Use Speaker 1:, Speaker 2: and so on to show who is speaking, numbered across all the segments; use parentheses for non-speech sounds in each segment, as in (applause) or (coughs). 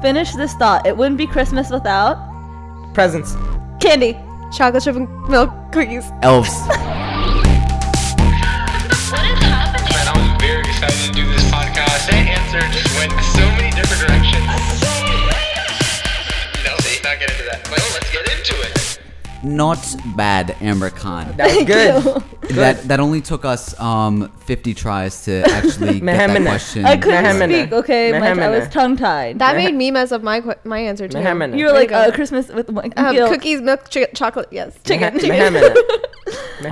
Speaker 1: Finish this thought. It wouldn't be Christmas without
Speaker 2: Presents.
Speaker 1: candy.
Speaker 3: Mm.
Speaker 4: Chocolate chip and milk cookies.
Speaker 2: Elves.
Speaker 5: Man, I was very excited to do this podcast. That answer just went so many different directions. No, let's not get into that. Well, let's get into it.
Speaker 3: Not bad, Amber Khan.
Speaker 2: That was good. (laughs)
Speaker 3: That that only took us um 50 tries to
Speaker 1: (laughs)
Speaker 3: actually get that
Speaker 2: Mahemina.
Speaker 3: question.
Speaker 1: I couldn't
Speaker 2: Nehemina.
Speaker 1: speak. Okay, Mike, I was
Speaker 2: Nehemina.
Speaker 1: tongue tied.
Speaker 4: That made me mess up my qu- my answer too.
Speaker 2: Nehemina.
Speaker 1: You were
Speaker 4: Way
Speaker 1: like
Speaker 4: to
Speaker 1: uh,
Speaker 4: go.
Speaker 1: Christmas with like,
Speaker 4: Um,
Speaker 1: you know,
Speaker 4: cookies, milk, chi- chocolate. Yes.
Speaker 2: Chicken. Mahemina.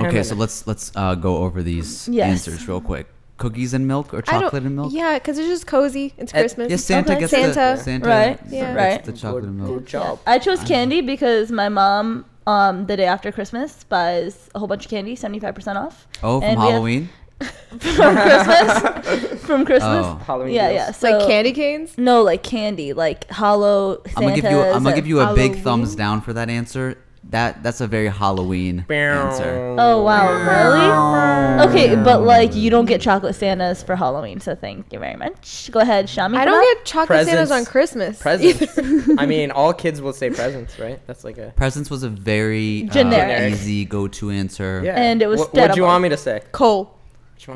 Speaker 3: Okay, so let's let's uh, go over these
Speaker 1: Yes.
Speaker 3: answers real quick. Cookies and milk or
Speaker 4: I don't-
Speaker 3: chocolate and milk?
Speaker 4: Yeah, because it's just cozy. It's
Speaker 2: Uh,
Speaker 4: Christmas.
Speaker 3: Yeah, Santa
Speaker 1: Okay.
Speaker 3: gets
Speaker 4: Santa.
Speaker 3: the Santa
Speaker 1: Right,
Speaker 4: yeah.
Speaker 3: gets
Speaker 1: right.
Speaker 3: The chocolate and milk.
Speaker 2: Good job.
Speaker 1: (laughs) I chose candy because my mom, um, the day after Christmas, buys a whole bunch of candy, seventy five percent off.
Speaker 3: Oh, from
Speaker 1: And we have-
Speaker 3: Halloween.
Speaker 1: (laughs) from
Speaker 3: (laughs)
Speaker 1: Christmas. from Christmas.
Speaker 3: Oh.
Speaker 2: Halloween
Speaker 1: Yeah,
Speaker 2: deals.
Speaker 1: yeah. So
Speaker 4: like candy
Speaker 3: Mm-hmm.
Speaker 4: canes.
Speaker 1: No, like candy, like hollow. Santas
Speaker 3: I'm gonna give you. I'm gonna
Speaker 1: and-
Speaker 3: give you a big
Speaker 4: Halloween.
Speaker 3: thumbs down for that answer. That that's a very Halloween answer.
Speaker 1: Oh wow, really? Okay, but like you don't get chocolate Santas for Halloween, so thank you very much. Go ahead, Shami.
Speaker 4: I
Speaker 1: for
Speaker 4: don't
Speaker 1: that?
Speaker 4: get chocolate Santas
Speaker 2: Presents.
Speaker 4: on Christmas.
Speaker 2: Presents.
Speaker 4: either.
Speaker 3: (laughs)
Speaker 2: I mean, all kids will say presents, right? That's like a
Speaker 3: Presents was a very uh,
Speaker 1: Generic.
Speaker 3: easy go-to answer.
Speaker 2: yeah.
Speaker 1: And it was
Speaker 2: What would you
Speaker 1: terrible.
Speaker 2: want me to say?
Speaker 4: Coal.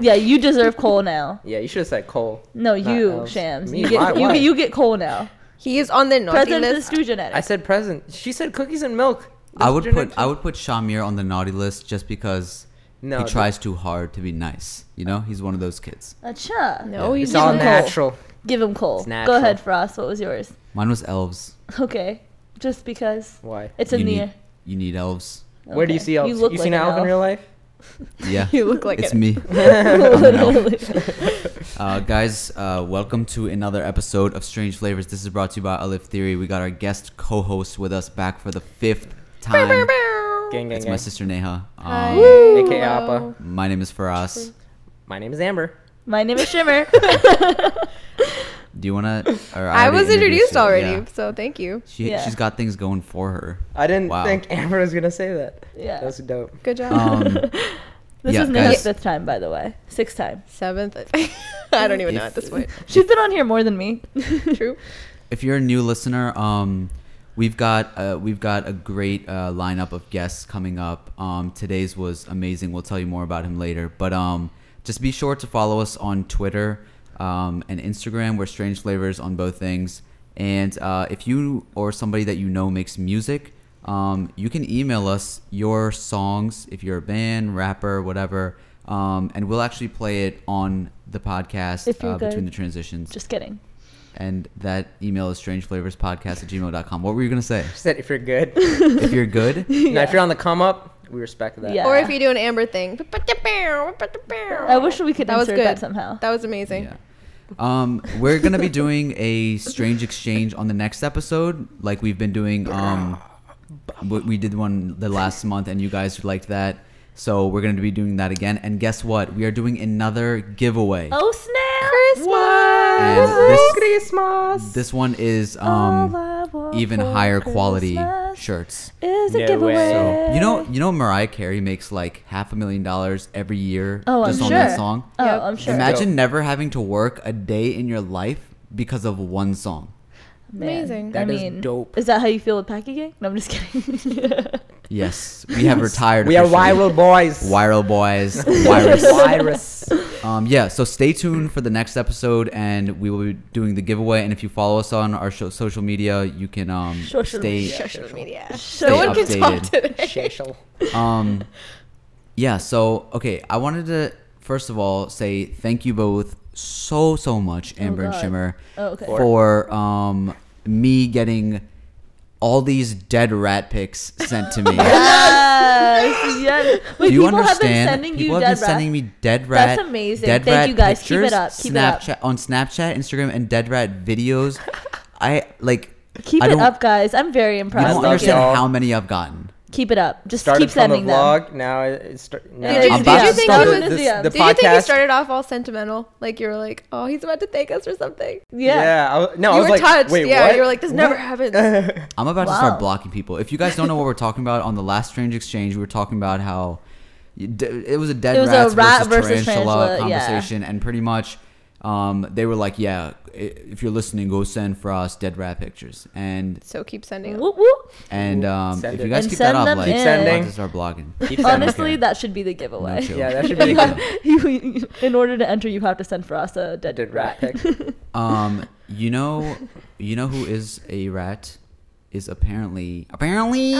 Speaker 1: Yeah, you deserve coal now.
Speaker 2: Yeah, you should have said coal. (laughs)
Speaker 1: No,
Speaker 2: Not
Speaker 1: you
Speaker 2: elves.
Speaker 1: Shams.
Speaker 2: Me?
Speaker 1: You get
Speaker 2: Why-
Speaker 1: you
Speaker 2: why?
Speaker 1: get you get coal now.
Speaker 4: He is on the naughty
Speaker 1: Presents is
Speaker 4: list.
Speaker 1: stew
Speaker 2: I
Speaker 1: genetics.
Speaker 2: said present. She said cookies and milk.
Speaker 3: I would
Speaker 2: That's
Speaker 3: put
Speaker 2: generic.
Speaker 3: I would put Shamir on the naughty list just because
Speaker 2: No,
Speaker 3: he
Speaker 2: the-
Speaker 3: tries too hard to be nice. You know, he's one of those kids.
Speaker 1: Acha.
Speaker 4: No,
Speaker 3: Yeah.
Speaker 4: he's
Speaker 2: It's all
Speaker 1: Coal.
Speaker 2: natural.
Speaker 1: Give him coal.
Speaker 2: It's
Speaker 1: Go
Speaker 2: natural.
Speaker 1: ahead, Frost. What was yours? (laughs)
Speaker 3: Mine was elves.
Speaker 1: Okay, just because
Speaker 2: Why?
Speaker 1: it's in
Speaker 3: you
Speaker 1: the
Speaker 3: need,
Speaker 1: air.
Speaker 3: You need
Speaker 4: (laughs)
Speaker 3: elves.
Speaker 2: Where do you
Speaker 1: Okay.
Speaker 2: see elves?
Speaker 1: You
Speaker 2: You,
Speaker 1: look like
Speaker 2: seen
Speaker 1: an
Speaker 2: an elf, in
Speaker 1: elf. (laughs)
Speaker 2: real life?
Speaker 3: Yeah.
Speaker 4: (laughs) You look like
Speaker 3: it's
Speaker 4: it. (laughs)
Speaker 3: me. I'm an elf.
Speaker 1: Literally.
Speaker 3: Uh, guys, uh, welcome to another episode of Strange Flavors. This is brought to you by Olive Theory. We got our guest co-host with us back for the fifth time.
Speaker 2: Gang, gang,
Speaker 3: It's my
Speaker 2: gang.
Speaker 3: sister Neha.
Speaker 4: Hi.
Speaker 3: Um,
Speaker 2: AKA
Speaker 4: (laughs)
Speaker 2: Appa.
Speaker 3: my name is Faraz.
Speaker 2: My name is Amber.
Speaker 1: My name is
Speaker 2: (laughs)
Speaker 1: Shimmer.
Speaker 3: Do you wanna?
Speaker 4: (laughs)
Speaker 3: Or
Speaker 4: I was
Speaker 3: already
Speaker 4: introduced
Speaker 3: you,
Speaker 4: already,
Speaker 3: yeah.
Speaker 4: so thank you.
Speaker 3: She,
Speaker 1: Yeah.
Speaker 3: She's got things going for her.
Speaker 2: I didn't
Speaker 3: Wow.
Speaker 2: think (laughs) Amber was gonna say that.
Speaker 1: Yeah.
Speaker 2: That's dope.
Speaker 4: Good job.
Speaker 2: (laughs)
Speaker 3: Um, (laughs)
Speaker 1: This
Speaker 3: Yeah,
Speaker 1: is Nina's
Speaker 3: guys.
Speaker 1: fifth time, by the way. Sixth time.
Speaker 4: Seventh. (laughs) I don't even know at this point.
Speaker 1: She's been on here more than me. (laughs)
Speaker 4: True.
Speaker 3: if you're a new listener, um, we've got uh, we've got a great uh, lineup of guests coming up. Um, today's was amazing. We'll tell you more about him later. But um, just be sure to follow us on Twitter um, and Instagram. We're Strange Flavors on both things. And uh, if you or somebody that you know makes music, um, you can email us your songs if you're a band, rapper, whatever, um, and we'll actually play it on the podcast
Speaker 1: If you're
Speaker 3: uh, between
Speaker 1: good.
Speaker 3: the transitions.
Speaker 1: Just kidding.
Speaker 3: And that email is strangeflavorspodcast at gmail.com. What were you going to say?
Speaker 2: She said if
Speaker 1: (laughs)
Speaker 2: you're good.
Speaker 3: if you're good,
Speaker 2: Now if you're on the come up, we respect that.
Speaker 1: Yeah.
Speaker 4: Or if you do an Amber thing. I
Speaker 1: I wish we could
Speaker 4: that was
Speaker 1: insert
Speaker 4: good.
Speaker 1: that somehow.
Speaker 4: That was amazing.
Speaker 3: yeah. Um, we're going to be doing a strange exchange on the next episode, like we've been doing. Um, we we did one the last month, and you guys liked that. So we're going to be doing that again. And guess what? We are doing another giveaway.
Speaker 1: oh snap!
Speaker 3: And this,
Speaker 2: Oh, Christmas.
Speaker 3: this one is
Speaker 1: All I
Speaker 3: um,
Speaker 1: want
Speaker 3: even
Speaker 1: for
Speaker 3: higher quality
Speaker 1: Christmas
Speaker 3: shirts.
Speaker 1: Is a
Speaker 2: No
Speaker 1: giveaway.
Speaker 2: way. So,
Speaker 3: You know, you know, Mariah Carey makes like half a million dollars every year
Speaker 1: Oh, I'm
Speaker 3: just on that
Speaker 1: sure.
Speaker 3: song.
Speaker 1: Oh,
Speaker 4: Yep.
Speaker 1: I'm sure.
Speaker 3: Imagine
Speaker 2: Dope.
Speaker 3: never having to work a day in your life because of one song.
Speaker 1: Man,
Speaker 4: Amazing.
Speaker 1: I
Speaker 2: That is
Speaker 1: mean, is
Speaker 2: dope.
Speaker 1: that how you feel with Packy Gang? No, I'm just kidding. (laughs)
Speaker 3: Yes, we have retired.
Speaker 2: We are
Speaker 3: officially.
Speaker 2: viral boys.
Speaker 3: Viral boys.
Speaker 2: (laughs)
Speaker 3: Virus.
Speaker 2: Virus.
Speaker 3: um, yeah, so stay tuned for the next episode, and we will be doing the giveaway. And if you follow us on our sho- social media, you can um,
Speaker 1: Social
Speaker 3: stay.
Speaker 4: Social media.
Speaker 3: Stay
Speaker 4: No one can talk
Speaker 3: updated.
Speaker 4: today.
Speaker 2: Shashal.
Speaker 3: um yeah so okay i wanted to first of all say thank you both so so much amber and
Speaker 1: God.
Speaker 3: shimmer
Speaker 1: Oh, okay.
Speaker 3: for um me getting all these dead rat pics sent
Speaker 1: (laughs)
Speaker 3: to
Speaker 4: (laughs)
Speaker 3: me
Speaker 1: yes, yes. Wait,
Speaker 3: Do you
Speaker 1: people have been
Speaker 3: understand?
Speaker 1: sending you
Speaker 3: people
Speaker 1: dead
Speaker 3: have been sending me dead rat.
Speaker 1: amazing.
Speaker 3: Dead
Speaker 1: Thank
Speaker 3: rat
Speaker 1: you, guys. Keep it
Speaker 3: pictures,
Speaker 1: up. Keep it up.
Speaker 3: Snapchat on Snapchat, Instagram, and dead rat videos. I like.
Speaker 1: Keep
Speaker 3: I
Speaker 1: it
Speaker 3: don't,
Speaker 1: up, guys. I'm very
Speaker 3: You
Speaker 1: impressed.
Speaker 3: don't
Speaker 2: Thank
Speaker 3: understand
Speaker 2: y'all.
Speaker 3: how many I've gotten.
Speaker 1: Keep it up. Just
Speaker 2: Started
Speaker 1: keep
Speaker 2: from the
Speaker 1: sending them.
Speaker 2: vlog. Now it's start, now
Speaker 4: Did
Speaker 2: it's-
Speaker 4: you-
Speaker 3: I'm
Speaker 4: did
Speaker 3: about
Speaker 4: you
Speaker 3: to
Speaker 4: think
Speaker 3: start
Speaker 4: he
Speaker 1: was-
Speaker 2: this-
Speaker 1: Yeah.
Speaker 2: the
Speaker 4: Did you think you
Speaker 2: podcast.
Speaker 4: started off all sentimental? Like you were like, oh, he's about to thank us for something.
Speaker 1: Yeah.
Speaker 2: I was, no, I
Speaker 4: you
Speaker 2: was
Speaker 4: were
Speaker 2: like,
Speaker 4: touched.
Speaker 2: wait,
Speaker 4: yeah,
Speaker 2: what?
Speaker 4: you were like, this never
Speaker 2: What?
Speaker 4: happens.
Speaker 2: (laughs)
Speaker 3: I'm about to
Speaker 1: Wow.
Speaker 3: start blocking people. If you guys don't know what we're talking about, on the last strange exchange, we were talking about how you d- it was a dead
Speaker 1: It was a
Speaker 3: rats
Speaker 1: rat
Speaker 3: versus,
Speaker 1: versus
Speaker 3: tarantula
Speaker 1: tarantula, yeah.
Speaker 3: conversation, and pretty much um, they were like, "Yeah, i- if you're listening, go send Frost dead rat pictures." And
Speaker 4: So keep sending. them.
Speaker 1: Whoop, whoop.
Speaker 3: and um,
Speaker 2: Send
Speaker 3: if
Speaker 2: it.
Speaker 3: you guys
Speaker 1: And
Speaker 3: keep that
Speaker 1: send
Speaker 3: up,
Speaker 1: them
Speaker 3: like,
Speaker 1: Keep
Speaker 3: I'm
Speaker 2: sending.
Speaker 3: about to start blogging.
Speaker 2: Keep sending.
Speaker 1: Honestly,
Speaker 3: (laughs) Okay.
Speaker 1: that should be the giveaway.
Speaker 3: joke.
Speaker 1: (laughs)
Speaker 2: yeah, that should be good.
Speaker 1: You- in order to enter, you have to send for us a dead,
Speaker 2: Dead rat
Speaker 4: (laughs)
Speaker 1: rat.
Speaker 2: pic.
Speaker 3: Um, you know, you know who is a rat? Is apparently apparently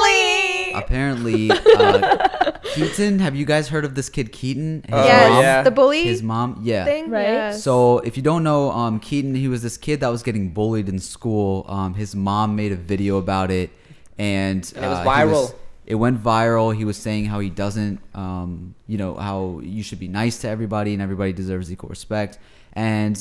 Speaker 4: Apparently.
Speaker 2: (laughs)
Speaker 3: apparently uh, Keaton. Have you guys heard of this kid Keaton? His
Speaker 4: Yes,
Speaker 3: mom-
Speaker 2: yeah.
Speaker 4: the bully
Speaker 3: His mom, yeah.
Speaker 4: thing.
Speaker 1: Right?
Speaker 4: Yes.
Speaker 3: So uh, if you don't know, um, Keaton, he was this kid that was getting bullied in school. Um, his mom made a video about it, and, uh,
Speaker 2: And it was
Speaker 3: he
Speaker 2: viral.
Speaker 3: it went viral. He was saying how he doesn't, um, you know, how you should be nice to everybody and everybody deserves equal respect. And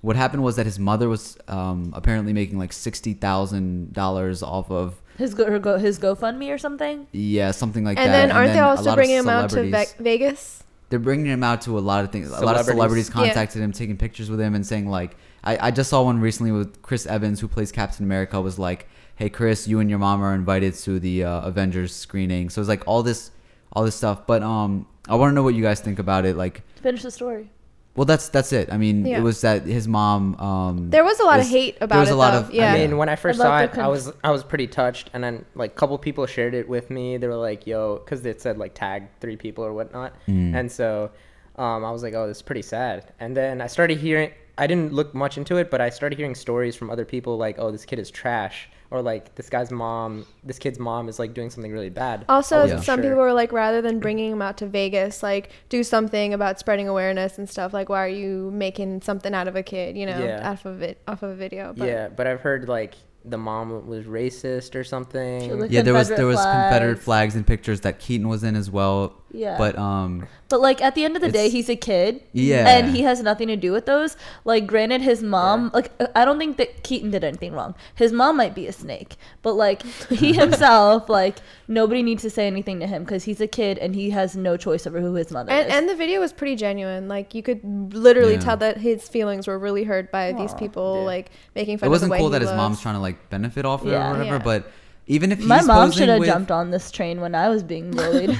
Speaker 3: what happened was that his mother was um, apparently making like sixty thousand dollars off of
Speaker 1: His go, her go, his GoFundMe or something.
Speaker 3: yeah something like
Speaker 4: and
Speaker 3: that.
Speaker 4: then aren't they
Speaker 3: a lot
Speaker 4: also
Speaker 3: of
Speaker 4: bringing him out to
Speaker 3: celebrities-
Speaker 4: Ve- Vegas?
Speaker 3: they're bringing him out to a lot of things. A lot of
Speaker 2: Celebrities.
Speaker 3: celebrities contacted him, taking pictures with him, and saying like, I, I just saw one recently with Chris Evans, who plays Captain America, was like, "Hey Chris, you and your mom are invited to the uh, Avengers screening." So it's like all this, all this stuff. But um, I want to know what you guys think about it. Like,
Speaker 1: Finish the story.
Speaker 3: well, that's that's it. I mean,
Speaker 4: Yeah.
Speaker 3: it was that his mom. Um,
Speaker 4: There was a lot of
Speaker 3: was-
Speaker 4: hate
Speaker 3: there
Speaker 4: about
Speaker 3: was
Speaker 4: it.
Speaker 3: a lot
Speaker 4: though.
Speaker 3: of- I
Speaker 4: yeah.
Speaker 2: I
Speaker 3: Yeah.
Speaker 2: mean, when I first
Speaker 1: About
Speaker 2: saw
Speaker 1: the
Speaker 2: it, I
Speaker 1: con-
Speaker 2: was I was pretty touched, and then like couple people shared it with me. They were like, "Yo," because it said like tag three people or whatnot, and so um, I was like, "Oh, this is pretty sad." And then I started hearing. I didn't look much into it, but I started hearing stories from other people like, "Oh, this kid is trash," or like, "This guy's mom, this kid's mom is like doing something really bad."
Speaker 4: Also,
Speaker 2: I
Speaker 3: Yeah.
Speaker 2: wasn't
Speaker 4: some
Speaker 2: sure.
Speaker 4: people were like, rather than bringing him out to Vegas, like do something about spreading awareness and stuff. Like, why are you making something out of a kid? You know,
Speaker 2: Yeah.
Speaker 4: off of it, off of a video. But
Speaker 2: yeah, but I've heard like the mom was racist or
Speaker 1: She
Speaker 2: something.
Speaker 1: looked
Speaker 3: yeah, there was there was Confederate
Speaker 1: flags.
Speaker 3: flags and pictures that Keaton was in as well.
Speaker 1: Yeah.
Speaker 3: But um,
Speaker 1: But like at the end of the day, he's
Speaker 3: It's-
Speaker 1: a kid.
Speaker 3: Yeah.
Speaker 1: And he has nothing to do with those. Like, granted, his mom, like, uh, I don't think that Keaton did anything wrong. His mom might be a snake, but
Speaker 3: (laughs)
Speaker 1: like, he himself, like, nobody needs to say anything to him because he's a kid and he has no choice over who his mother
Speaker 4: And,
Speaker 1: is.
Speaker 4: and the video was pretty genuine. Like you could literally
Speaker 3: Yeah.
Speaker 4: tell that his feelings were really hurt by these people,
Speaker 2: Yeah.
Speaker 4: like making fun.
Speaker 3: it
Speaker 4: of
Speaker 3: wasn't
Speaker 4: the way
Speaker 3: cool
Speaker 4: he
Speaker 3: that his
Speaker 4: looked.
Speaker 3: mom's trying to like benefit off it
Speaker 1: Yeah.
Speaker 3: or whatever.
Speaker 4: Yeah.
Speaker 3: But even if
Speaker 1: My
Speaker 3: he's
Speaker 1: mom
Speaker 3: posing
Speaker 1: should have
Speaker 3: with-
Speaker 1: jumped on this train when I was being
Speaker 2: (laughs)
Speaker 1: bullied.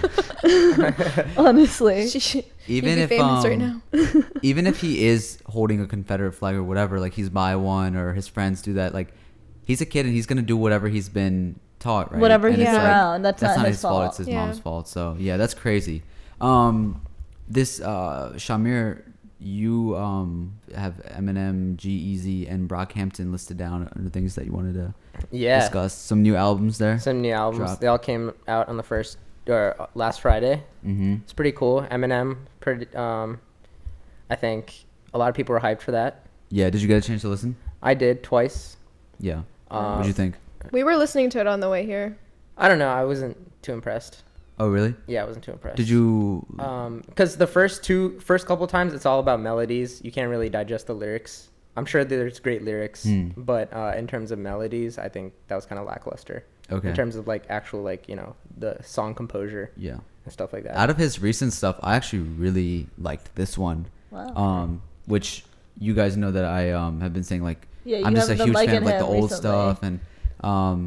Speaker 1: (laughs) Honestly.
Speaker 4: (laughs) She should,
Speaker 3: Even
Speaker 4: you'd be
Speaker 3: if,
Speaker 4: famous right
Speaker 3: um,
Speaker 4: now.
Speaker 3: (laughs)
Speaker 4: (laughs)
Speaker 3: even if he is holding a Confederate flag or whatever, like he's by one or his friends do that, like he's a kid and he's gonna do whatever he's been taught, right?
Speaker 1: Whatever
Speaker 3: And
Speaker 1: he's
Speaker 3: it's
Speaker 1: around, that's not his fault.
Speaker 3: It's his
Speaker 4: Yeah.
Speaker 3: mom's fault. So yeah, that's crazy. Um, this uh, Shamir, you um have Eminem, G Easy, and Brockhampton listed down under things that you wanted to
Speaker 2: Yeah.
Speaker 3: discuss. Some new albums there.
Speaker 2: Some new albums.
Speaker 3: Drop.
Speaker 2: They all came out on the first or uh, last Friday.
Speaker 3: mm-hmm.
Speaker 2: It's pretty cool. Eminem, pretty. Um, I think a lot of people were hyped for that.
Speaker 3: Yeah. Did you get a chance to listen?
Speaker 2: I did twice.
Speaker 3: Yeah.
Speaker 2: Um,
Speaker 3: What'd you think?
Speaker 4: We were listening to it on the way here.
Speaker 2: I don't know. I wasn't too impressed.
Speaker 3: Oh really?
Speaker 2: Yeah, I wasn't too impressed.
Speaker 3: Did you?
Speaker 2: Um, because the first two, first couple times, it's all about melodies. You can't really digest the lyrics. I'm sure there's great lyrics,
Speaker 3: Hmm.
Speaker 2: but uh, in terms of melodies, I think that was kind of lackluster.
Speaker 3: okay.
Speaker 2: In terms of like actual like you know the song composure
Speaker 3: yeah.
Speaker 2: and stuff like that.
Speaker 3: out of his recent stuff, I actually really liked this one.
Speaker 1: Wow.
Speaker 3: Um, which you guys know that I um have been saying like
Speaker 1: Yeah,
Speaker 3: I'm
Speaker 1: you
Speaker 3: just a
Speaker 1: haven't been
Speaker 3: huge fan
Speaker 1: liking
Speaker 3: of like the
Speaker 1: him
Speaker 3: old
Speaker 1: recently.
Speaker 3: stuff and um,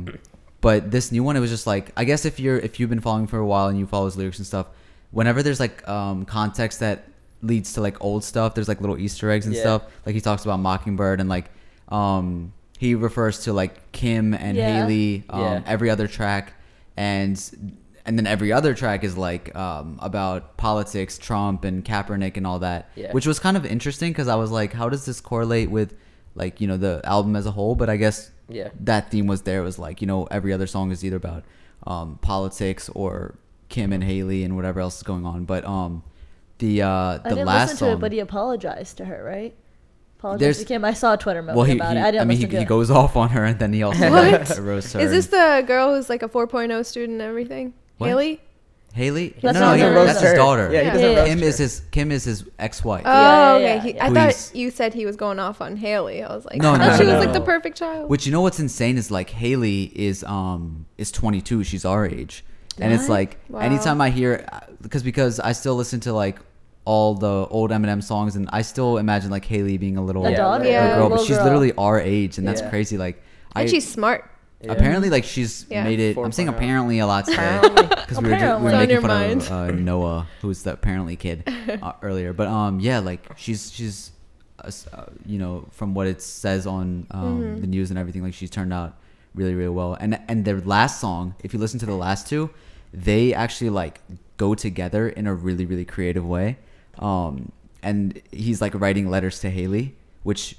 Speaker 3: but this new one it was just like I guess if you're if you've been following for a while and you follow his lyrics and stuff, whenever there's like um context that leads to like old stuff, there's like little Easter eggs and
Speaker 2: Yeah.
Speaker 3: stuff. Like he talks about Mockingbird and like um he refers to like Kim and
Speaker 1: Yeah.
Speaker 3: Haley um,
Speaker 2: Yeah.
Speaker 3: every other track and and then every other track is like um, about politics, Trump and Kaepernick and all that,
Speaker 2: Yeah.
Speaker 3: which was kind of interesting because I was like, how does this correlate with like you know the album as a whole? But I guess
Speaker 2: Yeah.
Speaker 3: that theme was there. It was like you know every other song is either about um, politics or Kim and Haley and whatever else is going on. But um, the uh,
Speaker 1: I
Speaker 3: the
Speaker 1: didn't
Speaker 3: last
Speaker 1: listen to
Speaker 3: song,
Speaker 1: it, but he apologized to her, right? Apologized
Speaker 3: There's-
Speaker 1: to Kim. I saw a Twitter moment
Speaker 3: well, he,
Speaker 1: about
Speaker 3: he-
Speaker 1: it. I didn't
Speaker 3: I mean he,
Speaker 1: listen to
Speaker 3: he
Speaker 1: it.
Speaker 3: goes off on her and then he also like, roasts her.
Speaker 4: Is this
Speaker 3: and-
Speaker 4: the girl who's like a 4.0 student and everything?
Speaker 3: What?
Speaker 4: Haley?
Speaker 3: Haley?
Speaker 1: That's
Speaker 3: no, no,
Speaker 1: not
Speaker 3: he,
Speaker 1: her.
Speaker 3: that's
Speaker 1: That's
Speaker 3: his
Speaker 1: her.
Speaker 3: daughter.
Speaker 2: Yeah, he
Speaker 4: Yeah.
Speaker 2: doesn't
Speaker 1: Yeah.
Speaker 2: roast
Speaker 3: Kim is
Speaker 2: her.
Speaker 3: his Kim is his ex-wife.
Speaker 1: Yeah, yeah,
Speaker 4: Oh, okay.
Speaker 1: yeah,
Speaker 4: He,
Speaker 1: yeah.
Speaker 4: I
Speaker 3: Please.
Speaker 4: thought you said he was going off on Haley. (laughs) I was like,
Speaker 3: No,
Speaker 4: no,
Speaker 3: no,
Speaker 4: she
Speaker 2: no, no.
Speaker 4: was like the perfect child.
Speaker 3: Which you know what's insane is like Haley is um is 22. She's our age, and it's
Speaker 1: What?
Speaker 3: like
Speaker 4: Wow.
Speaker 3: anytime I hear because because I still listen to like all the old Eminem songs, and I still imagine like Haley being a little
Speaker 1: A
Speaker 2: Yeah,
Speaker 1: daughter?
Speaker 3: little
Speaker 4: Yeah.
Speaker 3: girl, but
Speaker 1: Little
Speaker 3: she's
Speaker 1: girl.
Speaker 3: literally our age, and that's
Speaker 2: Yeah.
Speaker 3: crazy. Like I
Speaker 4: and she's smart.
Speaker 2: Yeah.
Speaker 3: Apparently, like she's
Speaker 4: Yeah.
Speaker 3: made it. I'm saying
Speaker 2: 4.0.
Speaker 3: apparently a lot today
Speaker 2: Apparently.
Speaker 3: because we were, ju- we
Speaker 1: Apparently.
Speaker 3: were
Speaker 1: It's on
Speaker 3: making
Speaker 4: your
Speaker 3: fun of uh, Noah, who's the apparently kid uh, earlier. But um, yeah, like she's she's, uh, s- uh, you know, from what it says on um, the news and everything, like she's turned out really really well. And and their last song, if you listen to the last two, they actually like go together in a really really creative way. Um, and he's like writing letters to Haley, which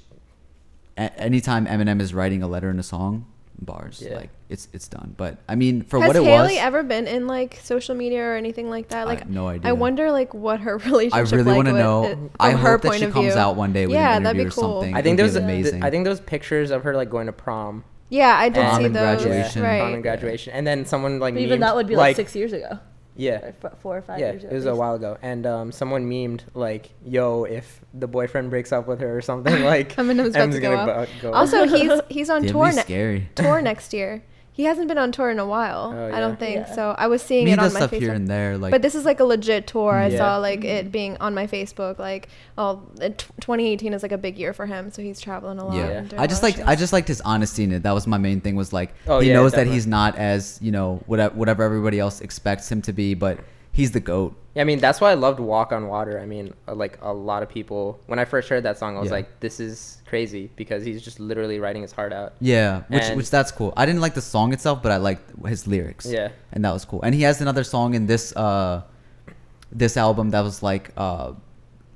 Speaker 3: a- anytime Eminem is writing a letter in a song, bars
Speaker 2: Yeah.
Speaker 3: like it's it's done. But I mean, for
Speaker 4: Has
Speaker 3: what it
Speaker 4: Haley
Speaker 3: was,
Speaker 4: ever been in like social media or anything like that?
Speaker 3: I
Speaker 4: Like
Speaker 3: have no
Speaker 4: I
Speaker 3: idea.
Speaker 4: wonder like what her (laughs) relationship.
Speaker 3: I really
Speaker 4: like,
Speaker 3: want to
Speaker 4: with
Speaker 3: know.
Speaker 4: it- from
Speaker 3: I
Speaker 4: her
Speaker 3: hope that
Speaker 4: point
Speaker 3: she
Speaker 4: of
Speaker 3: comes
Speaker 4: view.
Speaker 3: out one day with
Speaker 4: Yeah,
Speaker 3: an
Speaker 4: that'd
Speaker 3: interview
Speaker 4: be
Speaker 3: or
Speaker 4: cool.
Speaker 3: something.
Speaker 2: I think
Speaker 3: It'd
Speaker 2: there's
Speaker 3: be
Speaker 2: th-
Speaker 3: amazing.
Speaker 2: I think there was pictures of her like going to prom.
Speaker 4: Yeah, I did
Speaker 2: Prom
Speaker 4: see
Speaker 2: and
Speaker 4: those.
Speaker 3: graduation.
Speaker 4: Right.
Speaker 2: Prom and graduation. And then someone like
Speaker 1: But even
Speaker 2: memed,
Speaker 1: that would be like, six years ago,
Speaker 2: Yeah.
Speaker 1: or f- four or five
Speaker 2: Yeah,
Speaker 1: years
Speaker 2: it
Speaker 1: ago.
Speaker 2: was a
Speaker 1: basically.
Speaker 2: while ago, and um, someone memed like, "Yo, if the boyfriend breaks up with her or something, (laughs) like
Speaker 4: Eminem's about to go
Speaker 2: gonna
Speaker 4: up.
Speaker 2: bu- go up."
Speaker 4: Also,
Speaker 2: (laughs)
Speaker 4: he's he's on
Speaker 3: Damn,
Speaker 4: tour
Speaker 3: he's
Speaker 4: ne-
Speaker 3: scary. (laughs)
Speaker 4: tour next year. He hasn't been on tour in a while.
Speaker 2: Oh,
Speaker 4: I
Speaker 2: yeah.
Speaker 4: don't think
Speaker 1: Yeah.
Speaker 4: so. I was seeing
Speaker 3: Me
Speaker 4: it on
Speaker 3: does
Speaker 4: my
Speaker 3: stuff
Speaker 4: Facebook.
Speaker 3: here and there, like
Speaker 4: but this is like a legit tour. I
Speaker 2: Yeah.
Speaker 4: saw like it being on my Facebook. Like, oh, uh, t- 2018 is like a big year for him, so he's traveling a lot.
Speaker 3: yeah.
Speaker 4: and doing
Speaker 3: I
Speaker 4: a
Speaker 3: just
Speaker 4: lot
Speaker 3: like
Speaker 4: of
Speaker 3: I
Speaker 4: shows.
Speaker 3: just liked his honesty in it. That was my main thing. Was like
Speaker 2: Oh,
Speaker 3: he
Speaker 2: yeah,
Speaker 3: knows that
Speaker 2: definitely.
Speaker 3: he's not as you know whatever whatever everybody else expects him to be, but he's the goat.
Speaker 2: Yeah, I mean, that's why I loved "Walk on Water." I mean, uh, like a lot of people, when I first heard that song, I was
Speaker 3: Yeah.
Speaker 2: like, "This is crazy," because he's just literally writing his heart out.
Speaker 3: Yeah, which
Speaker 2: And-
Speaker 3: which that's cool. I didn't like the song itself, but I liked his lyrics.
Speaker 2: Yeah.
Speaker 3: and that was cool. And he has another song in this uh, this album that was like uh,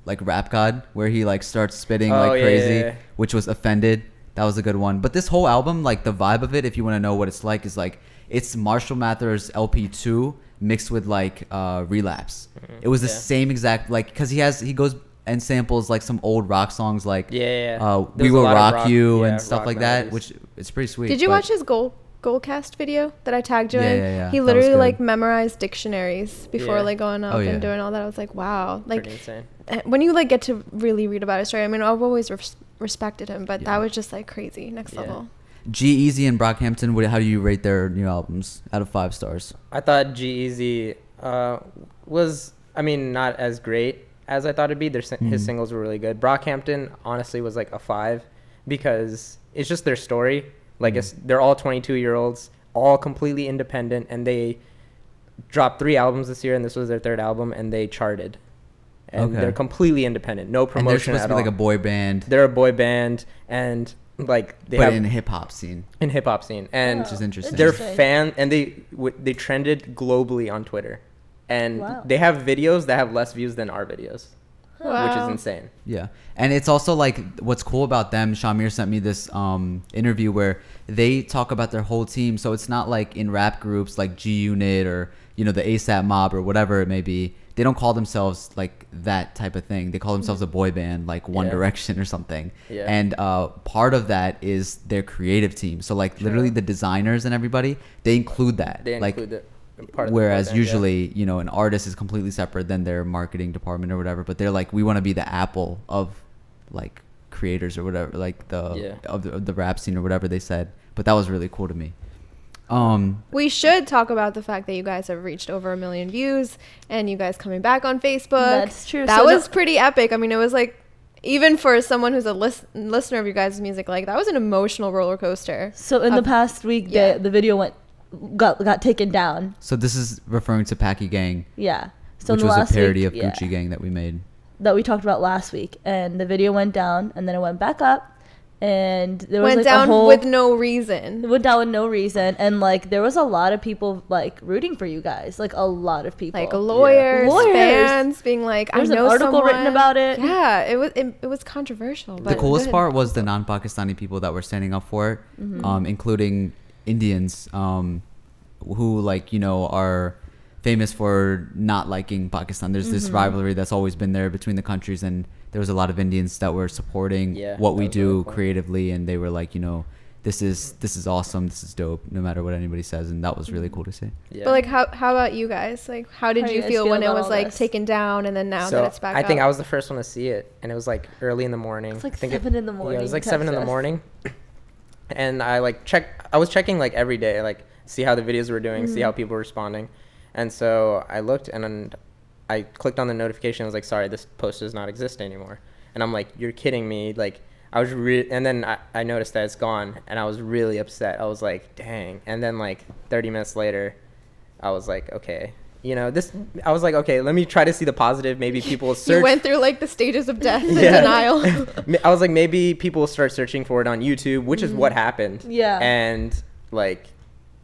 Speaker 3: like Rap God, where he like starts spitting
Speaker 2: Oh,
Speaker 3: like
Speaker 2: yeah,
Speaker 3: crazy,
Speaker 2: yeah, yeah.
Speaker 3: which was offended. That was a good one. But this whole album, like the vibe of it, if you want to know what it's like, is like it's Marshall Mathers LP two mixed with like uh, Relapse. It was the
Speaker 2: Mm-hmm. yeah.
Speaker 3: same exact like because he has he goes and samples like some old rock songs like
Speaker 2: Yeah, yeah, yeah.
Speaker 3: uh, we
Speaker 2: There's a
Speaker 3: will
Speaker 2: lot of
Speaker 3: rock,
Speaker 2: rock-
Speaker 3: you
Speaker 2: yeah,
Speaker 3: and stuff
Speaker 2: rock
Speaker 3: like that,
Speaker 2: melodies.
Speaker 3: which it's pretty sweet.
Speaker 4: Did you
Speaker 3: but-
Speaker 4: watch his goal goalcast video that I tagged you
Speaker 3: Yeah,
Speaker 4: in?
Speaker 3: yeah, yeah.
Speaker 4: He
Speaker 3: That was
Speaker 4: literally
Speaker 3: good.
Speaker 4: like memorized dictionaries before
Speaker 2: Yeah.
Speaker 4: like going up
Speaker 3: Oh, yeah.
Speaker 4: and doing all that. I was like, wow, like
Speaker 2: Pretty insane.
Speaker 4: eh, when you like get to really read about his story. I mean, I've always res- respected him, but
Speaker 3: Yeah.
Speaker 4: that was just like crazy, next
Speaker 2: Yeah.
Speaker 4: level.
Speaker 3: G Easy and Brockhampton, what, how do you rate their new albums out of five stars?
Speaker 2: I thought G E uh, was, I mean, not as great as I thought it'd be. Their, sin-
Speaker 3: Mm-hmm.
Speaker 2: His singles were really good. Brockhampton, honestly, was like a five because it's just their story. Like,
Speaker 3: Mm-hmm.
Speaker 2: it's, they're all 22 year olds, all completely independent, and they dropped three albums this year, and this was their third album, and they charted. And
Speaker 3: Okay.
Speaker 2: they're completely independent, no
Speaker 3: And they're
Speaker 2: promotion
Speaker 3: supposed
Speaker 2: at
Speaker 3: to be like
Speaker 2: all.
Speaker 3: a boy band,
Speaker 2: they're a boy band, and like they
Speaker 3: but
Speaker 2: have
Speaker 3: in
Speaker 2: in,
Speaker 3: hip hop scene.
Speaker 2: hip hop scene, and
Speaker 3: Which is interesting.
Speaker 2: their
Speaker 3: Interesting.
Speaker 2: fan and they w- they trended globally on Twitter, and
Speaker 1: Wow.
Speaker 2: they have videos that have less views than our videos, which
Speaker 4: Wow.
Speaker 2: is insane.
Speaker 3: Yeah, and it's also like what's cool about them. Shamir sent me this um, interview where they talk about their whole team. So it's not like in rap groups like G Unit or you know the ASAP Mob or whatever it may be. They don't call themselves like that type of thing. They call themselves a boy band, like
Speaker 2: Hmm.
Speaker 3: One
Speaker 2: Yeah.
Speaker 3: Direction or something.
Speaker 2: Yeah.
Speaker 3: And uh, part of that is their creative team. So like literally the designers and everybody, they include that.
Speaker 2: They
Speaker 3: like,
Speaker 2: include it. Part of the
Speaker 3: whereas
Speaker 2: band, yeah.
Speaker 3: usually you know an artist is completely separate than their marketing department or whatever but they're like we want to be the apple of like creators or whatever like the
Speaker 2: Yeah.
Speaker 3: of the, of the rap scene or whatever they said but that was really cool to me um
Speaker 4: We should talk about the fact that you guys have reached over a million views and you guys coming back on Facebook.
Speaker 1: That's true.
Speaker 4: That
Speaker 1: So
Speaker 4: was
Speaker 1: the-
Speaker 4: pretty epic. I mean, it was like even for someone who's a lis- listener of you guys' music, like that was an emotional roller coaster.
Speaker 1: So in the
Speaker 4: Of-
Speaker 3: Uh,
Speaker 1: past week,
Speaker 4: yeah.
Speaker 1: the, the video went got got taken down.
Speaker 3: so this is referring to packy gang
Speaker 1: Yeah. So
Speaker 3: which
Speaker 1: in the
Speaker 3: was a
Speaker 1: last
Speaker 3: parody
Speaker 1: week,
Speaker 3: of
Speaker 1: yeah,
Speaker 3: gucci gang that we made
Speaker 1: that we talked about last week, and the video went down, and then it went back up, and there was like
Speaker 4: Went
Speaker 1: a
Speaker 4: down
Speaker 1: whole
Speaker 4: with no reason.
Speaker 1: went down with no reason, and like there was a lot of people like rooting for you guys, like a lot of people.
Speaker 4: Like lawyers,
Speaker 1: Lawyers.
Speaker 4: fans being like,
Speaker 1: There's
Speaker 4: I
Speaker 1: an
Speaker 4: know
Speaker 1: article written
Speaker 4: someone.
Speaker 1: about it.
Speaker 4: Yeah, it was it, it was controversial. But
Speaker 3: the coolest
Speaker 4: good.
Speaker 3: part was the non-pakistani people that were standing up for it
Speaker 4: Mm-hmm.
Speaker 3: um, including indians um, who like you know are famous for not liking pakistan there's
Speaker 4: Mm-hmm.
Speaker 3: this rivalry that's always been there between the countries and there was a lot of indians that were supporting
Speaker 2: Yeah,
Speaker 3: what
Speaker 2: that was
Speaker 3: we
Speaker 2: really
Speaker 3: do
Speaker 2: cool.
Speaker 3: creatively and they were like you know this is this is awesome this is dope no matter what anybody says and that was
Speaker 4: Mm-hmm.
Speaker 3: really cool to see
Speaker 2: Yeah.
Speaker 4: But like, how how about you guys? Like, how did
Speaker 1: How do
Speaker 4: you
Speaker 1: you guys
Speaker 4: feel
Speaker 1: feel
Speaker 4: when it
Speaker 1: about
Speaker 4: was
Speaker 1: all
Speaker 4: like
Speaker 1: this?
Speaker 4: taken down and then now
Speaker 2: so
Speaker 4: that it's back
Speaker 2: I think
Speaker 4: up?
Speaker 2: I was the first one to see it, and it was like early in the morning.
Speaker 1: It's like
Speaker 2: I think
Speaker 1: seven in the
Speaker 2: Yeah, it
Speaker 1: morning,
Speaker 2: was like seven in the
Speaker 1: Texas.
Speaker 2: morning, (coughs) and I like check. I was checking like every day, like see how the videos were doing, see how people were responding, and so I looked and then I clicked on the notification. I was like, sorry, this post does not exist anymore, and I'm like, you're kidding me, like. I was re- and then I, I noticed that it's gone, and I was really upset. I was like, dang. And then like 30 minutes later, I was like, okay, you know, this. I was like, okay, let me try to see the positive. Maybe people will
Speaker 4: (laughs) You
Speaker 2: search.
Speaker 4: went through like the stages of death and
Speaker 2: (laughs) Yeah.
Speaker 4: denial.
Speaker 2: Ma- I was like, maybe people will start searching for it on YouTube, which is what happened.
Speaker 1: Mm-hmm. Yeah.
Speaker 2: And like,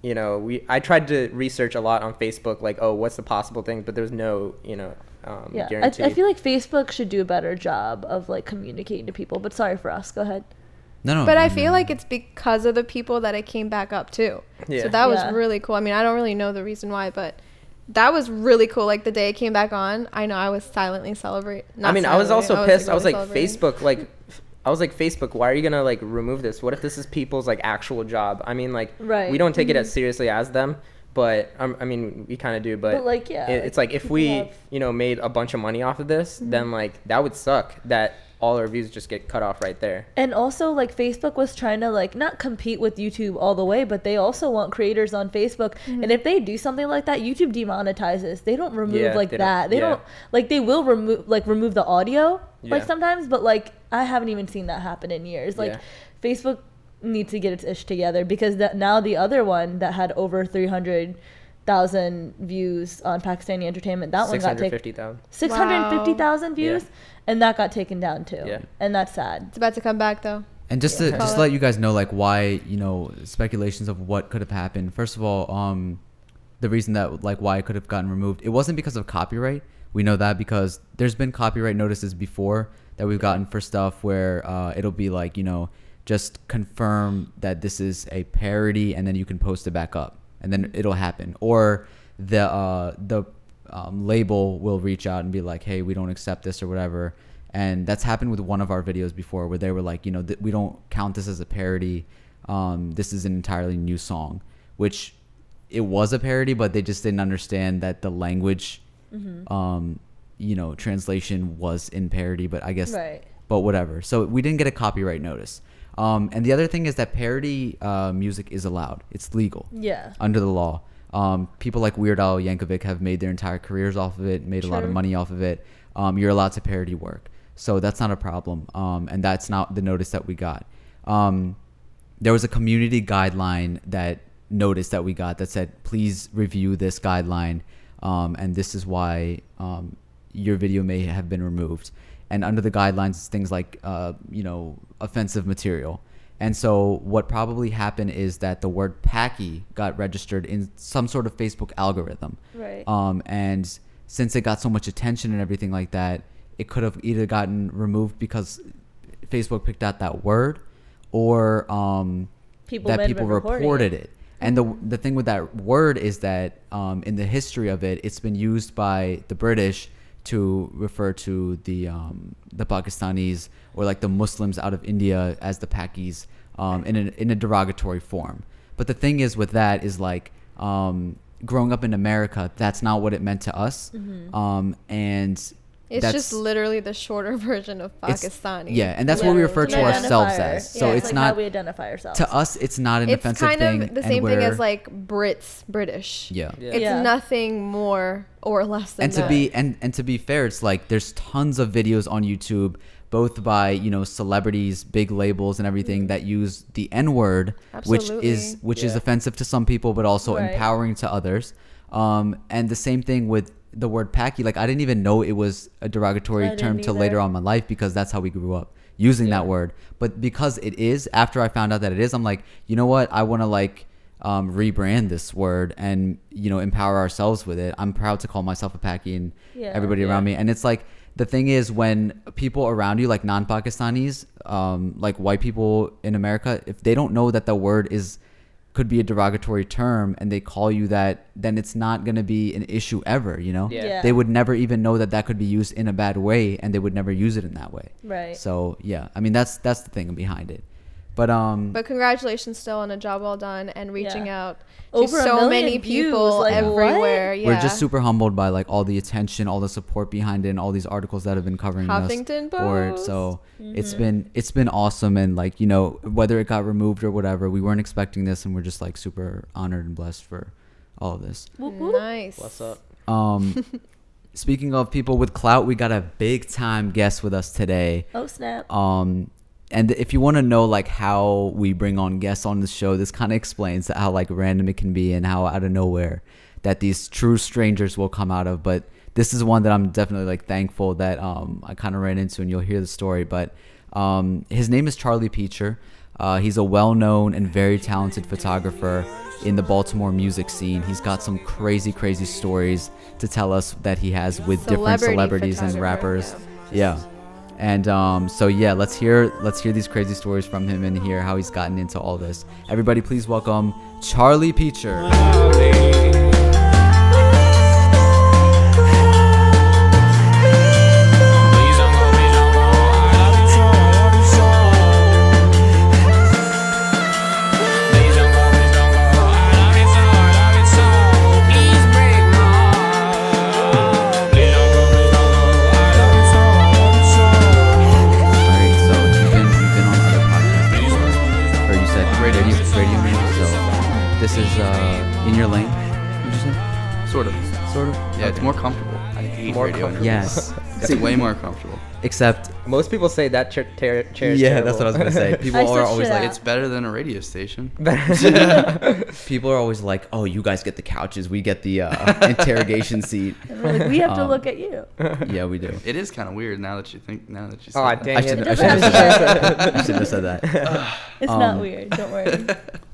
Speaker 2: you know, we I tried to research a lot on Facebook, like, oh, what's the possible things, but there's no, you know, um,
Speaker 1: Yeah, I,
Speaker 2: guarantee.
Speaker 1: I feel like Facebook should do a better job of like communicating to people. But sorry for us. Go ahead.
Speaker 3: No, no.
Speaker 4: But
Speaker 3: no,
Speaker 4: I
Speaker 3: no,
Speaker 4: feel
Speaker 3: no.
Speaker 4: like it's because of the people that it came back up too.
Speaker 2: Yeah.
Speaker 4: So that was
Speaker 1: Yeah.
Speaker 4: really cool. I mean, I don't really know the reason why, but that was really cool. Like the day it came back on, I know I was silently celebrate.
Speaker 2: I mean, I was also pissed. I was like,
Speaker 4: Facebook.
Speaker 2: Facebook, like, f- I was like, Facebook, why are you gonna like remove this? What if this is people's like actual job? I mean, like,
Speaker 1: Right. Mm-hmm.
Speaker 2: we don't take it as seriously as them, but um, I mean, we kind of do. But,
Speaker 1: But, like, yeah,
Speaker 2: it-
Speaker 1: like,
Speaker 2: it's like if
Speaker 1: people
Speaker 2: we,
Speaker 1: have- Mm-hmm.
Speaker 2: you know, made a bunch of money off of this, then like that would suck. That all our views just get cut off right there.
Speaker 1: And also, like Facebook was trying to like not compete with YouTube all the way, but they also want creators on Facebook.
Speaker 2: Mm-hmm.
Speaker 1: And if they do something like that, YouTube demonetizes. They don't remove
Speaker 2: Yeah,
Speaker 1: like
Speaker 2: they don't-
Speaker 1: that. They
Speaker 2: yeah.
Speaker 1: don't like they will remove like remove the audio like
Speaker 2: Yeah.
Speaker 1: sometimes, but like I haven't even seen that happen in years. Like
Speaker 2: Yeah.
Speaker 1: Facebook needs to get its ish together because that now the other one that had over three hundred thousand views on Pakistani entertainment that one
Speaker 2: Six
Speaker 1: got
Speaker 2: hundred
Speaker 1: taken
Speaker 2: fifty thousand.
Speaker 1: six hundred fifty thousand
Speaker 2: Yeah.
Speaker 1: views and that got taken down too
Speaker 2: Yeah.
Speaker 1: and that's sad
Speaker 4: It's about to come back though.
Speaker 3: And just to just
Speaker 4: Follow-
Speaker 3: let you guys know, like why you know speculations of what could have happened. First of all, um, the reason that like why it could have gotten removed, it wasn't because of copyright. We know that because there's been copyright notices before that we've gotten for stuff where uh, it'll be like you know just confirm that this is a parody, and then you can post it back up, and then it'll happen. Or the uh, the um, label will reach out and be like, hey, we don't accept this or whatever. And that's happened with one of our videos before where they were like, you know, th- we don't count this as a parody. Um, this is an entirely new song, which it was a parody, but they just didn't understand that the language,
Speaker 1: Mm-hmm.
Speaker 3: um, you know, translation was in parody. But I guess
Speaker 1: Right.
Speaker 3: but whatever. So we didn't get a copyright notice. Um, and the other thing is that parody uh, music is allowed; it's legal
Speaker 1: yeah
Speaker 3: under the law. Um, people like Weird Al Yankovic have made their entire careers off of it, made a lot of
Speaker 4: True.
Speaker 3: money off of it. Um, you're allowed to parody work, so that's not a problem. Um, and that's not the notice that we got. Um, there was a community guideline that notice that we got that said, please review this guideline, um, and this is why um, your video may have been removed. And under the guidelines, it's things like uh, you know offensive material. And so what probably happened is that the word "packy" got registered in some sort of Facebook algorithm.
Speaker 1: Right.
Speaker 3: Um, and since it got so much attention and everything like that, it could have either gotten removed because Facebook picked out that word, or um,
Speaker 1: People might
Speaker 3: that
Speaker 1: have
Speaker 3: people
Speaker 1: been reporting
Speaker 3: reported
Speaker 1: it.
Speaker 3: it. And the the thing with that word is that um, in the history of it, it's been used by the British to refer to the um, the Pakistanis or like the Muslims out of India as the Pakis um, in a, in a derogatory form. But the thing is with that is like um, growing up in America, that's not what it meant to us, um, and
Speaker 4: Mm-hmm. It's
Speaker 3: that's,
Speaker 4: just literally the shorter (laughs) version of
Speaker 3: it's-
Speaker 4: Pakistani.
Speaker 3: Yeah, and that's what we refer
Speaker 1: Literally.
Speaker 3: to
Speaker 1: Yeah.
Speaker 3: ourselves
Speaker 1: Identifier.
Speaker 3: as. So
Speaker 1: Yeah,
Speaker 3: it's
Speaker 1: like
Speaker 3: not
Speaker 1: how we identify ourselves.
Speaker 3: to us. It's not an
Speaker 4: it's
Speaker 3: offensive
Speaker 4: kind
Speaker 3: thing.
Speaker 4: of the
Speaker 3: and
Speaker 4: same thing as
Speaker 3: we're-
Speaker 4: like Brits, British.
Speaker 3: yeah.
Speaker 2: Yeah.
Speaker 4: It's
Speaker 1: Yeah.
Speaker 4: nothing more or less than
Speaker 3: and to
Speaker 4: that.
Speaker 3: be and and to be fair it's like there's tons of videos on youtube both by you know celebrities big labels and
Speaker 1: Mm-hmm.
Speaker 3: everything that use the n word which is
Speaker 4: Absolutely.
Speaker 3: which is
Speaker 2: Yeah.
Speaker 3: offensive to some people but also
Speaker 1: Right.
Speaker 3: empowering to others um and the same thing with the word packy like i didn't even know it was a
Speaker 1: I
Speaker 3: derogatory
Speaker 1: didn't
Speaker 3: term till later
Speaker 1: either.
Speaker 3: on in my life because that's how we grew up using that word but because it is after i found out that it is i'm like you know what i want to like um, rebrand this word and you know empower ourselves with it i'm proud to call myself a paki and
Speaker 1: Yeah.
Speaker 3: everybody around me and it's like the thing is when people around you like non-pakistanis um, like white people in america if they don't know that the word is could be a derogatory term and they call you that then it's not going to be an issue ever you know
Speaker 2: Yeah. Yeah.
Speaker 3: they would never even know that that could be used in a bad way and they would never use it in that way
Speaker 1: Right.
Speaker 3: so yeah i mean that's that's the thing behind it but um
Speaker 4: But congratulations still on a job well done and reaching
Speaker 1: Yeah.
Speaker 4: out to
Speaker 1: Over a
Speaker 4: so
Speaker 1: million
Speaker 4: many
Speaker 1: views,
Speaker 4: people
Speaker 1: like, what?
Speaker 4: everywhere. Yeah.
Speaker 3: we're just super humbled by like all the attention all the support behind it and all these articles that have been covering
Speaker 4: Huffington
Speaker 3: us for it
Speaker 4: Post. Mm-hmm.
Speaker 3: so it's been it's been awesome and like you know whether it got removed or whatever we weren't expecting this and we're just like super honored and blessed for all of this
Speaker 1: Whoop, whoop.
Speaker 4: nice.
Speaker 2: What's up?
Speaker 3: um speaking of people with clout we got a big time guest with us today
Speaker 1: Oh snap!
Speaker 3: um and if you want to know like how we bring on guests on the show, this kind of explains how like random it can be and how out of nowhere that these true strangers will come out of. But this is one that I'm definitely like thankful that um, I kind of ran into, and you'll hear the story. But um, his name is Charlie Peacher. Uh, he's a well-known and very talented photographer in the Baltimore music scene. He's got some crazy, crazy stories to tell us that he has with different
Speaker 4: Celebrity
Speaker 3: celebrities and
Speaker 4: photographer,
Speaker 3: rappers. Yeah. And um, so yeah, let's hear let's hear these crazy stories from him and hear how he's gotten into all this. Everybody, please welcome Charlie Peacher. All right, so you've been you've been on other podcasts before, or you said radio radio man. So this is uh, in your lane. Would you say?
Speaker 6: Sort of.
Speaker 3: Sort of.
Speaker 6: Yeah, it's more comfortable. I hate
Speaker 2: More
Speaker 6: radio.
Speaker 2: comfortable.
Speaker 3: Yes.
Speaker 6: It's way more comfortable.
Speaker 3: Except
Speaker 2: (laughs) Most people say that chair, ter- chair is
Speaker 3: yeah, that's what I was
Speaker 2: terrible.
Speaker 3: gonna
Speaker 2: (laughs)
Speaker 3: say. People
Speaker 1: I
Speaker 3: are
Speaker 1: searched
Speaker 3: always
Speaker 1: it
Speaker 3: like,
Speaker 1: up.
Speaker 6: It's better than a
Speaker 1: (laughs)
Speaker 6: radio station. (laughs)
Speaker 2: (laughs)
Speaker 3: people are always like, oh, you guys get the couches, we get the
Speaker 6: (laughs)
Speaker 3: uh, interrogation seat.
Speaker 1: And we're like, we have to
Speaker 3: Um,
Speaker 1: look at you.
Speaker 3: (laughs) Yeah, we do.
Speaker 6: It is kind of weird now that you think. Now that (laughs) you.
Speaker 1: Oh,
Speaker 6: say
Speaker 2: Aw,
Speaker 6: that.
Speaker 2: Oh, dang
Speaker 3: I
Speaker 2: it.
Speaker 3: shouldn't, I
Speaker 1: It
Speaker 3: shouldn't
Speaker 1: doesn't
Speaker 3: have said that.
Speaker 2: (laughs)
Speaker 1: have
Speaker 3: I shouldn't have
Speaker 1: (laughs)
Speaker 3: said that.
Speaker 1: It's
Speaker 3: Um,
Speaker 1: not weird. Don't
Speaker 6: (laughs)
Speaker 1: worry.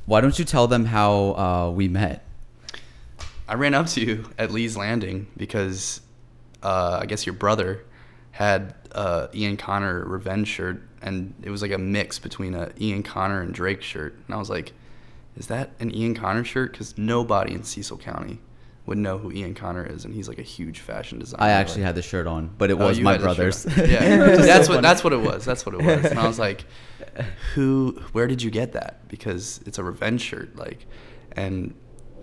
Speaker 3: Why don't you tell them how uh, we met?
Speaker 6: I ran up to you at Lee's Landing because uh, I guess your brother had uh, Ian Connor revenge shirt, and it was like a mix between a Ian Connor and Drake shirt. And I was like, "Is that an Ian Connor shirt?" Because nobody in Cecil County would know who Ian Connor is, and he's like a huge fashion designer.
Speaker 3: I
Speaker 6: like-
Speaker 3: actually had the shirt on, but it
Speaker 6: Oh,
Speaker 3: was
Speaker 6: you
Speaker 3: my
Speaker 6: had a shirt
Speaker 3: brother's.
Speaker 6: on. (laughs)
Speaker 3: (laughs)
Speaker 6: Yeah, that's what that's what it was. That's what it was. And I was like, "Who? Where did you get that?" Because it's a revenge shirt, like, and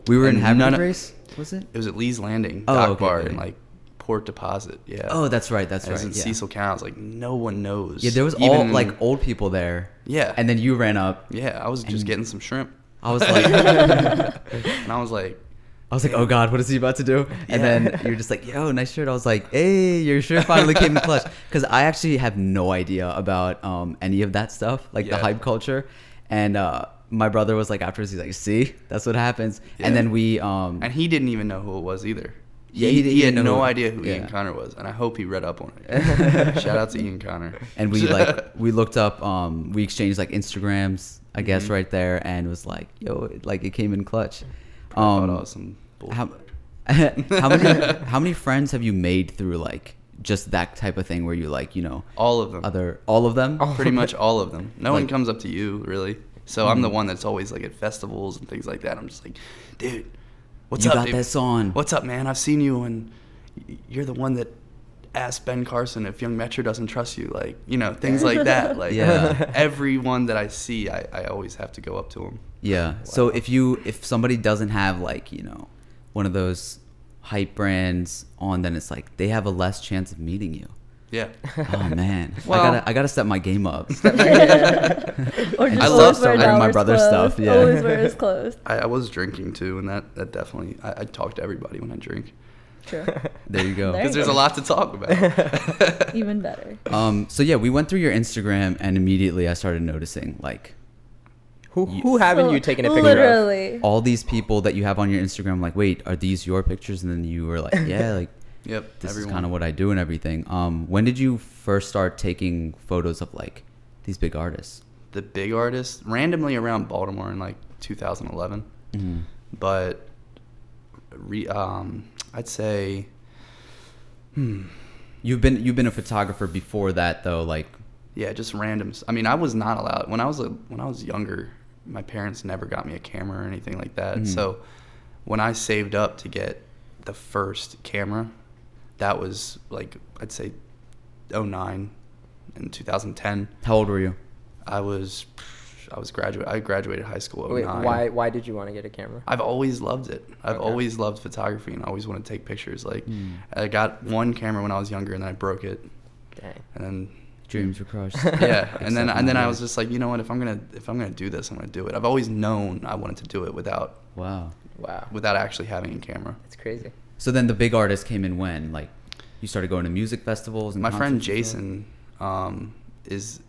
Speaker 3: we were in
Speaker 6: and
Speaker 3: Happy
Speaker 6: none of-
Speaker 3: Grace, was it?
Speaker 6: it was at Lee's Landing,
Speaker 3: Oh,
Speaker 6: Dock
Speaker 3: okay,
Speaker 6: Bar,
Speaker 3: okay.
Speaker 6: and like Port Deposit. Yeah.
Speaker 3: Oh, that's right. That's
Speaker 6: And it was
Speaker 3: right.
Speaker 6: in
Speaker 3: yeah.
Speaker 6: Cecil County. I was like, no one knows.
Speaker 3: Yeah, there was all
Speaker 6: Even-
Speaker 3: like old people there.
Speaker 6: Yeah.
Speaker 3: And then you ran up.
Speaker 6: yeah, I was just getting some shrimp,
Speaker 3: I was
Speaker 6: (laughs)
Speaker 3: like, I
Speaker 6: and I was like,
Speaker 3: was like, oh god, what is he about to do? And
Speaker 6: Yeah.
Speaker 3: then you're just like, yo, nice shirt. I was like, hey, your shirt finally came in
Speaker 6: (laughs)
Speaker 3: clutch. Because I actually have no idea about um, any of that stuff, like the
Speaker 6: Yeah.
Speaker 3: hype culture. And uh, my brother was like, afterwards, he's like, see, that's what happens.
Speaker 6: Yeah.
Speaker 3: And then we, um,
Speaker 6: and he didn't even know who it was either.
Speaker 3: Yeah,
Speaker 6: Yeah,
Speaker 3: he
Speaker 6: he,
Speaker 3: didn't
Speaker 6: he had
Speaker 3: even know
Speaker 6: no
Speaker 3: who-
Speaker 6: idea who Ian
Speaker 3: yeah.
Speaker 6: Connor was, and I hope he read up on
Speaker 3: (laughs)
Speaker 6: it. Shout out to Ian Connor.
Speaker 3: and
Speaker 6: (laughs)
Speaker 3: we like we looked up um we exchanged like instagrams i guess
Speaker 6: Mm-hmm.
Speaker 3: right there and was like yo it, like it came in clutch
Speaker 6: I
Speaker 3: um
Speaker 6: thought
Speaker 3: (laughs)
Speaker 6: I was some bull.
Speaker 3: how, how
Speaker 6: (laughs)
Speaker 3: many how many friends have you made through like just that type of thing where you like you know
Speaker 6: all of them.
Speaker 3: other all of them (laughs)
Speaker 6: pretty much all of them. No one
Speaker 3: Like- Mm-hmm.
Speaker 6: comes up to you really. So I'm the one that's always like at festivals and things like that. I'm just like, dude, what's
Speaker 3: You
Speaker 6: up?
Speaker 3: got
Speaker 6: dude?
Speaker 3: that song."
Speaker 6: What's up, man? I've seen you and y- you're the one that asked Ben Carson if Young Metro doesn't trust you. Like, you know, things like
Speaker 3: (laughs)
Speaker 6: that. Like
Speaker 3: Yeah.
Speaker 6: (laughs) everyone that I see, I, I always have to go up to him.
Speaker 3: yeah so if you if somebody doesn't have like you know one of those hype brands on then it's like they have a less chance of meeting you (laughs)
Speaker 6: Yeah. (laughs)
Speaker 3: oh man
Speaker 6: Well-
Speaker 3: i gotta i gotta step my game
Speaker 6: (laughs)
Speaker 3: up
Speaker 1: Or just
Speaker 3: I love
Speaker 1: always
Speaker 3: stuff.
Speaker 1: wear
Speaker 3: I wear my
Speaker 1: dollars
Speaker 3: brother's
Speaker 1: clothes.
Speaker 3: stuff, yeah.
Speaker 1: Always wear his clothes.
Speaker 6: I, I was drinking too, and that, that definitely, I, I talk to everybody when
Speaker 3: (laughs)
Speaker 6: I drink.
Speaker 1: True.
Speaker 3: there you go
Speaker 1: There
Speaker 6: Because there's a lot to talk about.
Speaker 1: Even better.
Speaker 3: Um, so yeah, we went through your Instagram, and immediately I started noticing like
Speaker 2: Who, who haven't you taken a picture of?
Speaker 1: Literally.
Speaker 3: all these people that you have on your Instagram. Like, wait, are these your pictures? And then you were
Speaker 6: (laughs)
Speaker 3: like, yeah, like
Speaker 6: Yep.
Speaker 3: this is kind of what I do and everything. Um, when did you first start taking photos of like these big artists?
Speaker 6: the big artists randomly around Baltimore in like 2011.
Speaker 2: Mm-hmm.
Speaker 6: But re, um, I'd say
Speaker 3: You've been you've been a photographer before that though, like
Speaker 6: yeah, just randoms. I mean, I was not allowed when I was a, when I was younger. My parents never got me a camera or anything like
Speaker 2: Mm-hmm.
Speaker 6: that. So when I saved up to get the first camera, that was like I'd say 09 and 2010.
Speaker 3: how old were you?
Speaker 6: I was I was graduate I graduated high school
Speaker 3: Oh,
Speaker 2: Wait,
Speaker 6: 09.
Speaker 2: why, why did you want to get a camera?
Speaker 6: I've always loved it. I've
Speaker 2: Okay.
Speaker 6: always loved photography and I always want to take pictures. Like
Speaker 3: Hmm.
Speaker 6: I got one camera when I was younger and then I broke it.
Speaker 2: Dang.
Speaker 6: And then
Speaker 3: (laughs) Dreams were crushed.
Speaker 6: (laughs) yeah, and then
Speaker 3: Except
Speaker 6: and then
Speaker 3: now.
Speaker 6: I was just like, you know what, if I'm going to if I'm going to do this, I'm going to do it. I've always known I wanted to do it without
Speaker 3: wow.
Speaker 2: Wow.
Speaker 6: without actually having a camera.
Speaker 2: That's crazy.
Speaker 3: So then the big artists came in when like you started going to music festivals. And
Speaker 6: My friend
Speaker 3: concerts and stuff?
Speaker 6: Jason um, is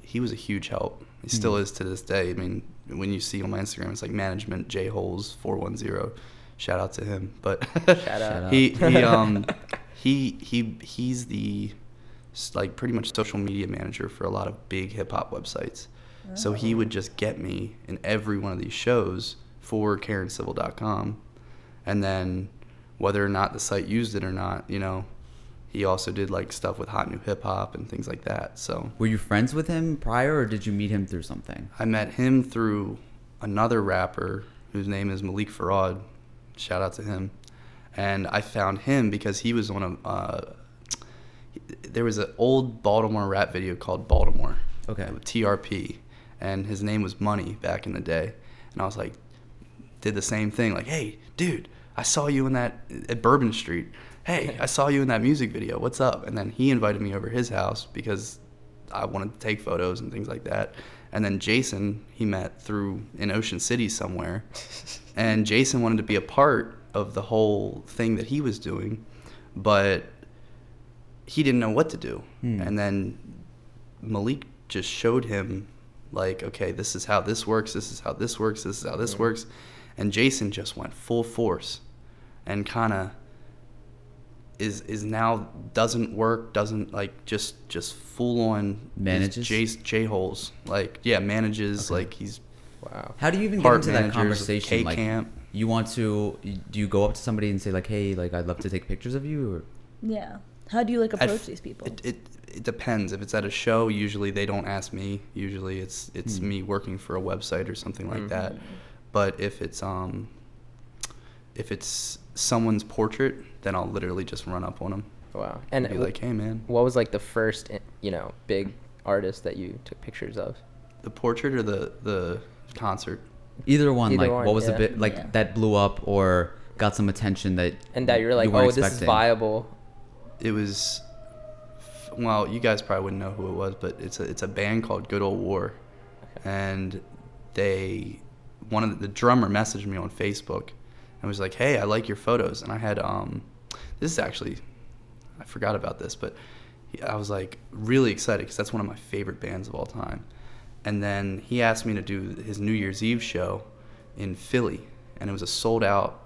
Speaker 6: he was a huge help.
Speaker 3: Hmm.
Speaker 6: He still is to this day. I mean, when you see on my Instagram, it's like management J Holes four one zero. Shout out to him. But (laughs)
Speaker 2: Shout out. (laughs)
Speaker 6: he he um he he he's the s- like pretty much social media manager for a lot of big hip hop websites. So he
Speaker 2: Oh.
Speaker 6: would just get me in every one of these shows for KarenCivil.com, and then whether or not the site used it or not, you know, he also did like stuff with Hot New Hip Hop and things like that. So
Speaker 3: Were you friends with him prior, or did you meet him through something?
Speaker 6: I met him through another rapper whose name is Malik Farad. Shout out to him. And I found him because he was on a. Uh, there was an old Baltimore rap video called Baltimore.
Speaker 3: Okay.
Speaker 6: TRP. And his name was Money back in the day. And I was like, did the same thing. Like, hey, dude, I saw you in that at Bourbon Street. Hey, I saw you in that music video. What's up? And then he invited me over his house because I wanted to take photos and things like that. And then Jason, he met through in Ocean City somewhere. and Jason wanted to be a part of the whole thing that he was doing, but he didn't know what to do. And then Malik just showed him like, okay, this is how this works, this is how this works, this is how this works. And Jason just went full force and kind of is is now doesn't work, doesn't like just just full on
Speaker 3: Manages?
Speaker 6: J holes. Like, yeah, manages like he's
Speaker 2: Wow.
Speaker 3: How do you even get
Speaker 6: Part
Speaker 3: into that
Speaker 6: managers of
Speaker 3: conversation? Like,
Speaker 6: K-Camp.
Speaker 3: you want to? Do you go up to somebody and say like, "Hey, like, I'd love to take pictures of you"? Or
Speaker 1: Yeah. How do you like
Speaker 6: I'd
Speaker 1: approach
Speaker 6: f-
Speaker 1: these people?
Speaker 6: It, it it depends. If it's at a show, usually they don't ask me. Usually it's it's me working for a website or something like that.
Speaker 1: Mm-hmm.
Speaker 6: But if it's um if it's someone's portrait, then I'll literally just run up on them
Speaker 2: Wow. And
Speaker 6: and be like, "Hey, man,
Speaker 2: what was like the first, eh, you know, big artist that you took pictures of?
Speaker 6: the portrait or the the concert."
Speaker 3: either one.
Speaker 2: Either
Speaker 3: like,
Speaker 2: one,
Speaker 3: what was the
Speaker 2: yeah.
Speaker 3: bit like
Speaker 1: Yeah.
Speaker 3: that blew up or got some attention that
Speaker 2: And that you're like,
Speaker 3: you
Speaker 2: oh,
Speaker 3: weren't
Speaker 2: this is
Speaker 3: expecting?
Speaker 2: viable.
Speaker 6: It was well, you guys probably wouldn't know who it was, but it's a it's a band called Good Old War, and they one of the, the drummer messaged me on Facebook and was like, "Hey, I like your photos." And I had um, this is actually I forgot about this, but he- I was like really excited because that's one of my favorite bands of all time. And then he asked me to do his New Year's Eve show in Philly, and it was a sold out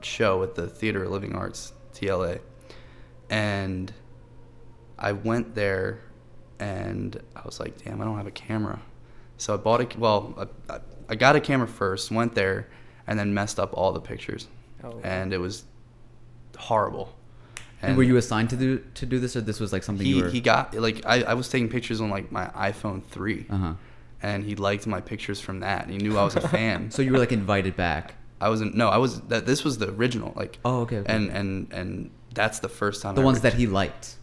Speaker 6: show at the Theater of Living Arts TLA, and I went there and I was like, damn, I don't have a camera. So I bought a, well, I, I, I got a camera first, went there, and then messed up all the pictures.
Speaker 2: Oh.
Speaker 6: And it was horrible.
Speaker 3: And were you assigned to do to do this, or this was like something
Speaker 6: he,
Speaker 3: you were?
Speaker 6: he got, like, I, I was taking pictures on, like, my iPhone 3.
Speaker 3: Uh-huh.
Speaker 6: And he liked my pictures from that. And he knew I
Speaker 3: (laughs)
Speaker 6: was a fan.
Speaker 3: so you were like invited back.
Speaker 6: I wasn't, no, I was, that this was the original. Like,
Speaker 3: Oh, okay, okay.
Speaker 6: And, and, and that's the first time
Speaker 3: The
Speaker 6: I
Speaker 3: ones
Speaker 6: ever-
Speaker 3: that he Oh. liked.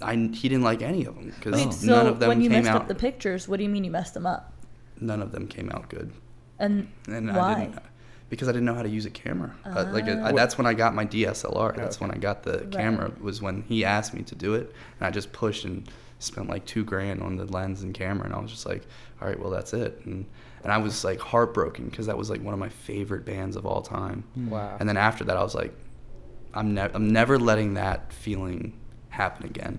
Speaker 6: I, he didn't like any of them because
Speaker 1: Wait,
Speaker 6: none
Speaker 1: so
Speaker 6: of them
Speaker 1: when you
Speaker 6: came
Speaker 1: messed
Speaker 6: out.
Speaker 1: up the pictures, what do you mean you messed them up?
Speaker 6: none of them came out good.
Speaker 1: And,
Speaker 6: And
Speaker 1: why? Ah.
Speaker 6: I didn't because I didn't know how to use a camera. Uh, like uh, that's when I got my DSLR. That's when I got the camera was when he asked me to do it, and I just pushed and spent like two grand on the lens and camera, and I was just like, all right, well that's it. And and I was like heartbroken because that was like one of my favorite bands of all time.
Speaker 3: Mm.
Speaker 2: Wow.
Speaker 6: And then after that, I was like, I'm never I'm never letting that feeling happen again.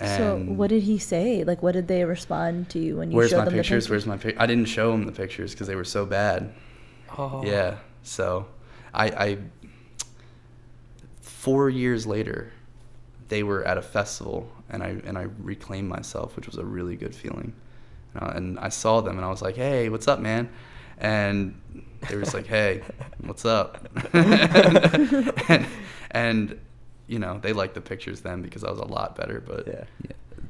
Speaker 1: so
Speaker 6: And-
Speaker 1: what did he say? Like, what did they respond to you when you
Speaker 6: Where's
Speaker 1: showed
Speaker 6: my
Speaker 1: them
Speaker 6: pictures?
Speaker 1: the
Speaker 6: Where's my pic? I didn't show him the pictures because they were so bad.
Speaker 2: Oh.
Speaker 6: Yeah. So, I, I four years later, they were at a festival, and I and I reclaimed myself, which was a really good feeling. And I, and I saw them, and I was like, "Hey, what's up, man?" And they were just
Speaker 3: (laughs)
Speaker 6: like, "Hey, what's up?" and, and you know, they liked the pictures then because I was a lot better. But
Speaker 2: Yeah.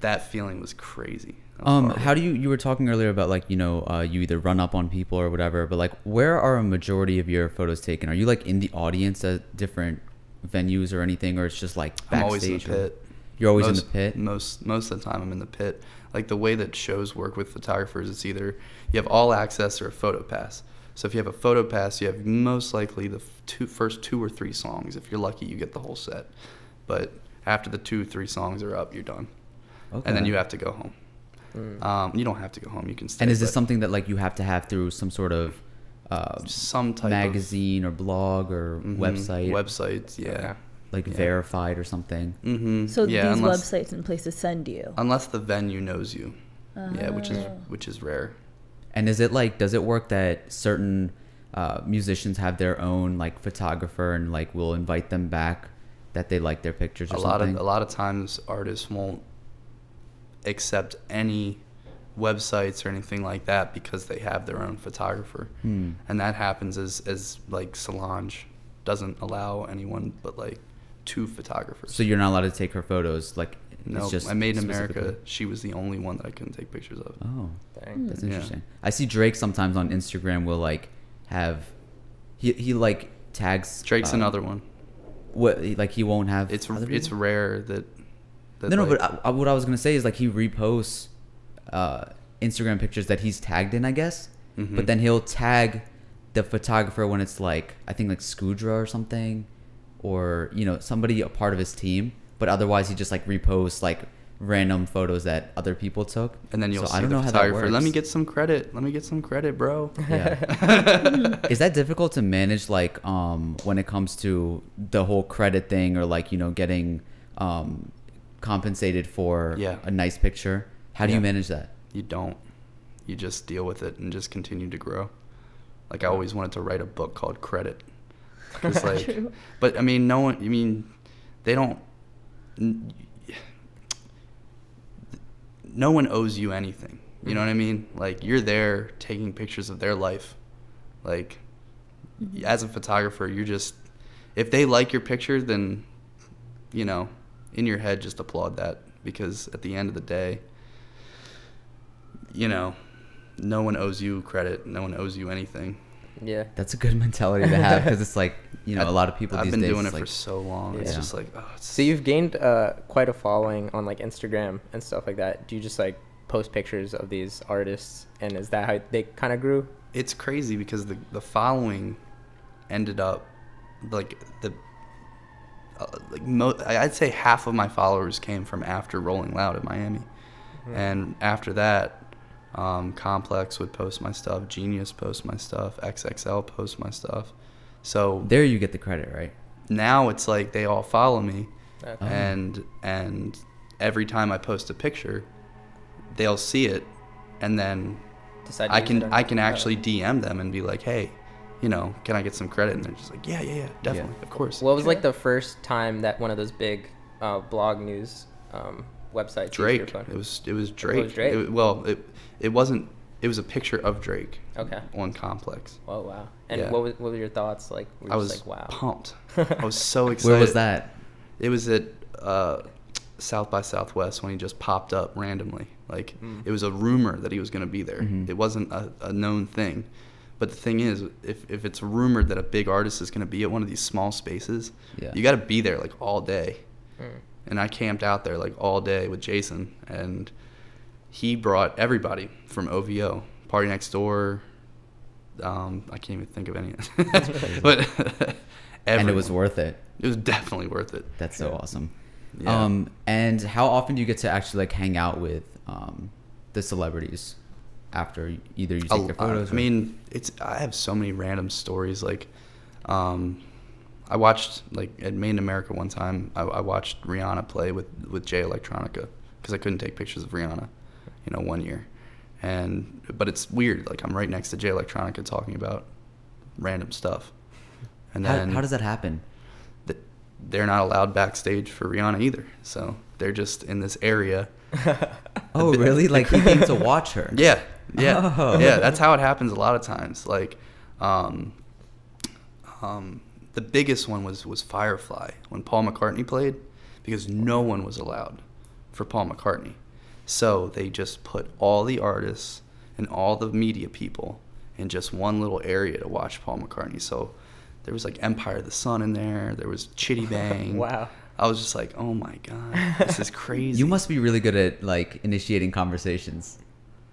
Speaker 6: that feeling was crazy. That was
Speaker 3: Um,
Speaker 6: horrible.
Speaker 3: how do you you were talking earlier about like you know uh, you either run up on people or whatever, but like where are a majority of your photos taken? Are you like in the audience at different venues or anything, or it's just like backstage?
Speaker 6: I'm always in the
Speaker 3: or-
Speaker 6: pit.
Speaker 3: You're always
Speaker 6: most,
Speaker 3: in the pit.
Speaker 6: Most most of the time, I'm in the pit. Like the way that shows work with photographers, it's either you have all access or a photo pass. So if you have a photo pass, you have most likely the f- two first two or three songs. If you're lucky, you get the whole set. But after the two three songs are up, you're done,
Speaker 3: okay. Hmm.
Speaker 6: and then you have to go home. Um, you don't have to go home. You can stay.
Speaker 3: And is this
Speaker 6: but
Speaker 3: something that like you have to have through some sort of uh,
Speaker 6: some type
Speaker 3: magazine or blog or
Speaker 6: of Mhm.
Speaker 3: website,
Speaker 6: Websites, yeah.
Speaker 3: like verified or something?
Speaker 6: Mm-hmm.
Speaker 1: pictures? So
Speaker 6: yeah,
Speaker 1: these
Speaker 6: unless, Um,
Speaker 1: websites and places send you.
Speaker 6: unless the venue knows you. Yeah, which is
Speaker 1: Oh.
Speaker 6: which is rare.
Speaker 3: And is it like does it work that certain uh, musicians have their own like photographer and like will invite them back that they like their pictures or
Speaker 6: a lot
Speaker 3: something?
Speaker 6: of a lot of times artists won't accept any websites or anything like that because they have their own photographer
Speaker 3: Hmm.
Speaker 6: and that happens as as like solange doesn't allow anyone but like two photographers
Speaker 3: so you're not allowed to take her photos like
Speaker 6: no
Speaker 3: it's just
Speaker 6: i made in america
Speaker 3: specifically-
Speaker 6: she was the only one that i couldn't take pictures of
Speaker 3: Oh,
Speaker 2: Dang.
Speaker 3: that's
Speaker 6: Yeah.
Speaker 3: interesting. I see Drake sometimes on Instagram will like have he he like tags
Speaker 6: drake's
Speaker 3: uh,
Speaker 6: another one
Speaker 3: what like he won't have
Speaker 6: it's
Speaker 3: other
Speaker 6: it's
Speaker 3: people?
Speaker 6: rare that, that
Speaker 3: no, no,
Speaker 6: like-
Speaker 3: but I, I, what I was gonna say is like he reposts uh, Instagram pictures that he's tagged in, I guess. But
Speaker 6: Mhm.
Speaker 3: then he'll tag the photographer when it's like I think like Scudra or something, or you know somebody a part of his team. But otherwise, he just like reposts like random photos that other people took.
Speaker 6: and then you'll
Speaker 3: So
Speaker 6: see
Speaker 3: I don't
Speaker 6: the
Speaker 3: know how that
Speaker 6: photographer let me
Speaker 3: works.
Speaker 6: get some credit let me get some credit bro (laughs)
Speaker 3: Yeah. (laughs) Is that difficult to manage, like, um, when it comes to the whole credit thing or, like, you know, getting um, compensated for
Speaker 6: Yeah.
Speaker 3: a nice picture? How do you
Speaker 6: Yeah.
Speaker 3: manage that?
Speaker 6: you don't you just deal with it and just continue to grow like i always wanted to write a book called credit 'Cause, like- but i mean no one i mean they don't n- no one owes you anything you know what i mean like you're there taking pictures of their life like as a photographer you're just if they like your picture then you know in your head just applaud that because at the end of the day you know, no one owes you credit. No one owes you anything.
Speaker 2: Yeah.
Speaker 3: That's a good (laughs) mentality to have because it's like, you know, a lot of people
Speaker 6: I've
Speaker 3: these
Speaker 6: been
Speaker 3: days.
Speaker 6: doing
Speaker 3: it's
Speaker 6: it for
Speaker 3: like-
Speaker 6: so long. It's
Speaker 3: Yeah.
Speaker 6: just like, oh, it's
Speaker 2: So you've gained uh, quite a following on like Instagram and stuff like that. Do you just like post pictures of these artists, and is that how they kind of grew?
Speaker 6: it's crazy because the the following ended up like the uh, like mo- I- I'd say half of my followers came from after Rolling Loud at Miami, and after that, um, Complex would post my stuff, Genius post my stuff, XXL post my stuff. So
Speaker 3: there you get the credit, right?
Speaker 6: now it's like they all follow me Oh.
Speaker 2: Okay.
Speaker 6: and and every time i post a picture they'll see it and then
Speaker 2: Decide to
Speaker 6: i
Speaker 2: use it
Speaker 6: can
Speaker 2: or
Speaker 6: i
Speaker 2: not?
Speaker 6: can
Speaker 2: Oh.
Speaker 6: actually dm them and be like hey you know can i get some credit and they're just like yeah yeah yeah definitely of course
Speaker 2: What was like the first time that one of those big uh, blog news um, websites? used your
Speaker 6: drake
Speaker 2: phone?
Speaker 6: it was it was drake,
Speaker 2: Drake.
Speaker 6: It- well it it wasn't it was a picture of drake
Speaker 2: Okay.
Speaker 6: on complex
Speaker 2: Oh wow! And
Speaker 6: Yeah.
Speaker 2: what was, what were your thoughts like? Were you
Speaker 6: i
Speaker 2: just like,
Speaker 6: was
Speaker 2: wow. (laughs)
Speaker 6: pumped i was so excited
Speaker 3: Where was that?
Speaker 6: it was at uh, South by Southwest when he just popped up randomly. Like
Speaker 3: Mm.
Speaker 6: it was a rumor that he was going to be there.
Speaker 3: Mm-hmm.
Speaker 6: It wasn't a, a known thing. But the thing is, if, if it's rumored that a big artist is going to be at one of these small spaces,
Speaker 3: Yeah.
Speaker 6: you got to be there like all day. And I camped out there like all day with Jason, and he brought everybody from OVO, Party Next Door. Um, I can't even think
Speaker 3: (laughs)
Speaker 6: of any. (laughs) but (laughs)
Speaker 3: And it was
Speaker 6: everyone.
Speaker 3: worth it.
Speaker 6: It was definitely worth it.
Speaker 3: That's so awesome.
Speaker 6: Yeah.
Speaker 3: Um, and how often do you get to actually like hang out with um, the celebrities after either you take
Speaker 6: a-
Speaker 3: their photos?
Speaker 6: I,
Speaker 3: or-
Speaker 6: mean, it's I have so many random stories. Like, um, I watched like at Main America one time. I, I watched Rihanna play with with Jay Electronica because I couldn't take pictures of Rihanna, you know, one year. And but it's weird. Like I'm right next to Jay Electronica talking about random stuff. And
Speaker 3: how,
Speaker 6: then
Speaker 3: how does that happen?
Speaker 6: th- they're not allowed backstage for Rihanna either. So they're just in this area.
Speaker 3: Oh, really? Like he came
Speaker 6: (laughs)
Speaker 3: to watch her.
Speaker 6: Yeah, yeah,
Speaker 3: Oh.
Speaker 6: yeah. That's how it happens a lot of times. Like, um, um, the biggest one was was Firefly when Paul McCartney played, because no one was allowed for Paul McCartney, so they just put all the artists and all the media people in just one little area to watch Paul McCartney. So there was like Empire of the Sun in there. There was
Speaker 3: (laughs)
Speaker 6: Chitty Bang.
Speaker 2: Wow.
Speaker 6: I was just like, oh my god, this is
Speaker 3: (laughs)
Speaker 6: crazy.
Speaker 3: You must be really good at like initiating conversations.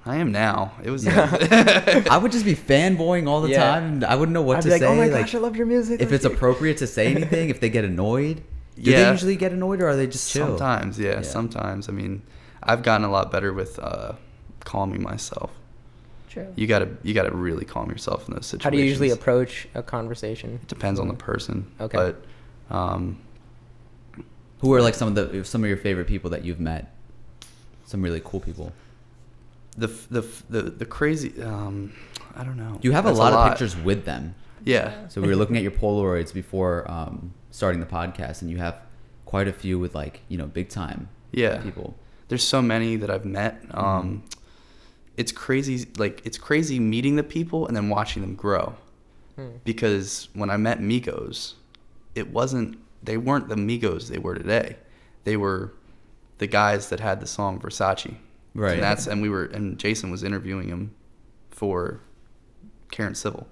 Speaker 6: I am now. It was. (laughs)
Speaker 3: I would just be fanboying all the
Speaker 2: Yeah.
Speaker 3: time. And I wouldn't know what
Speaker 2: I'd
Speaker 3: to
Speaker 2: be like,
Speaker 3: say.
Speaker 2: oh my
Speaker 3: like,
Speaker 2: gosh, I love your music.
Speaker 3: if
Speaker 2: like,
Speaker 3: it's appropriate to say anything, if they get annoyed. Do they
Speaker 6: Yeah.
Speaker 3: usually get annoyed or are they just chill?
Speaker 6: Sometimes, yeah,
Speaker 3: Yeah.
Speaker 6: Sometimes. I mean, I've gotten a lot better with uh, calming myself.
Speaker 1: True.
Speaker 6: You gotta you gotta really calm yourself in those situations.
Speaker 2: how do you usually approach a conversation?
Speaker 6: It depends on the person.
Speaker 2: Okay.
Speaker 6: But um,
Speaker 3: Who are like some of the some of your favorite people that you've met? Some really cool people.
Speaker 6: the f- the f- the the crazy. Um, I don't know.
Speaker 3: You have a
Speaker 6: That's
Speaker 3: lot, of pictures with them.
Speaker 6: Yeah.
Speaker 3: So we were looking at your Polaroids before um, starting the podcast, and you have quite a few with like you know big time
Speaker 6: Yeah.
Speaker 3: people.
Speaker 6: There's so many that I've met. Um, It's crazy. Like it's crazy meeting the people and then watching them grow. Because when I met Migos, it wasn't. They weren't the Migos they were today. They were the guys that had the song Versace.
Speaker 3: Right.
Speaker 6: And that's and we were and Jason was interviewing him for Karen Civil.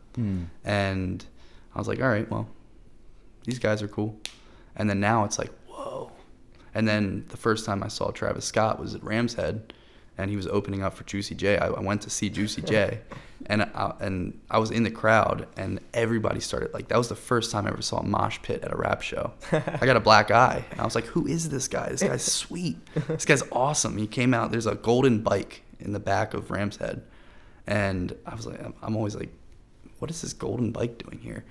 Speaker 6: And I was like, all right, well, these guys are cool. And then now it's like, whoa. And then the first time I saw Travis Scott was at Ram's Head, and he was opening up for Juicy J. I, I went to see Juicy J, and I, and I was in the crowd, and everybody started like that was the first time I ever saw a mosh pit at a rap show. I got a black eye, and I was like, who is this guy? This guy's sweet. This guy's awesome. He came out. There's a golden bike in the back of Ram's Head, and I was like, I'm- I'm always like, what is this golden bike doing here?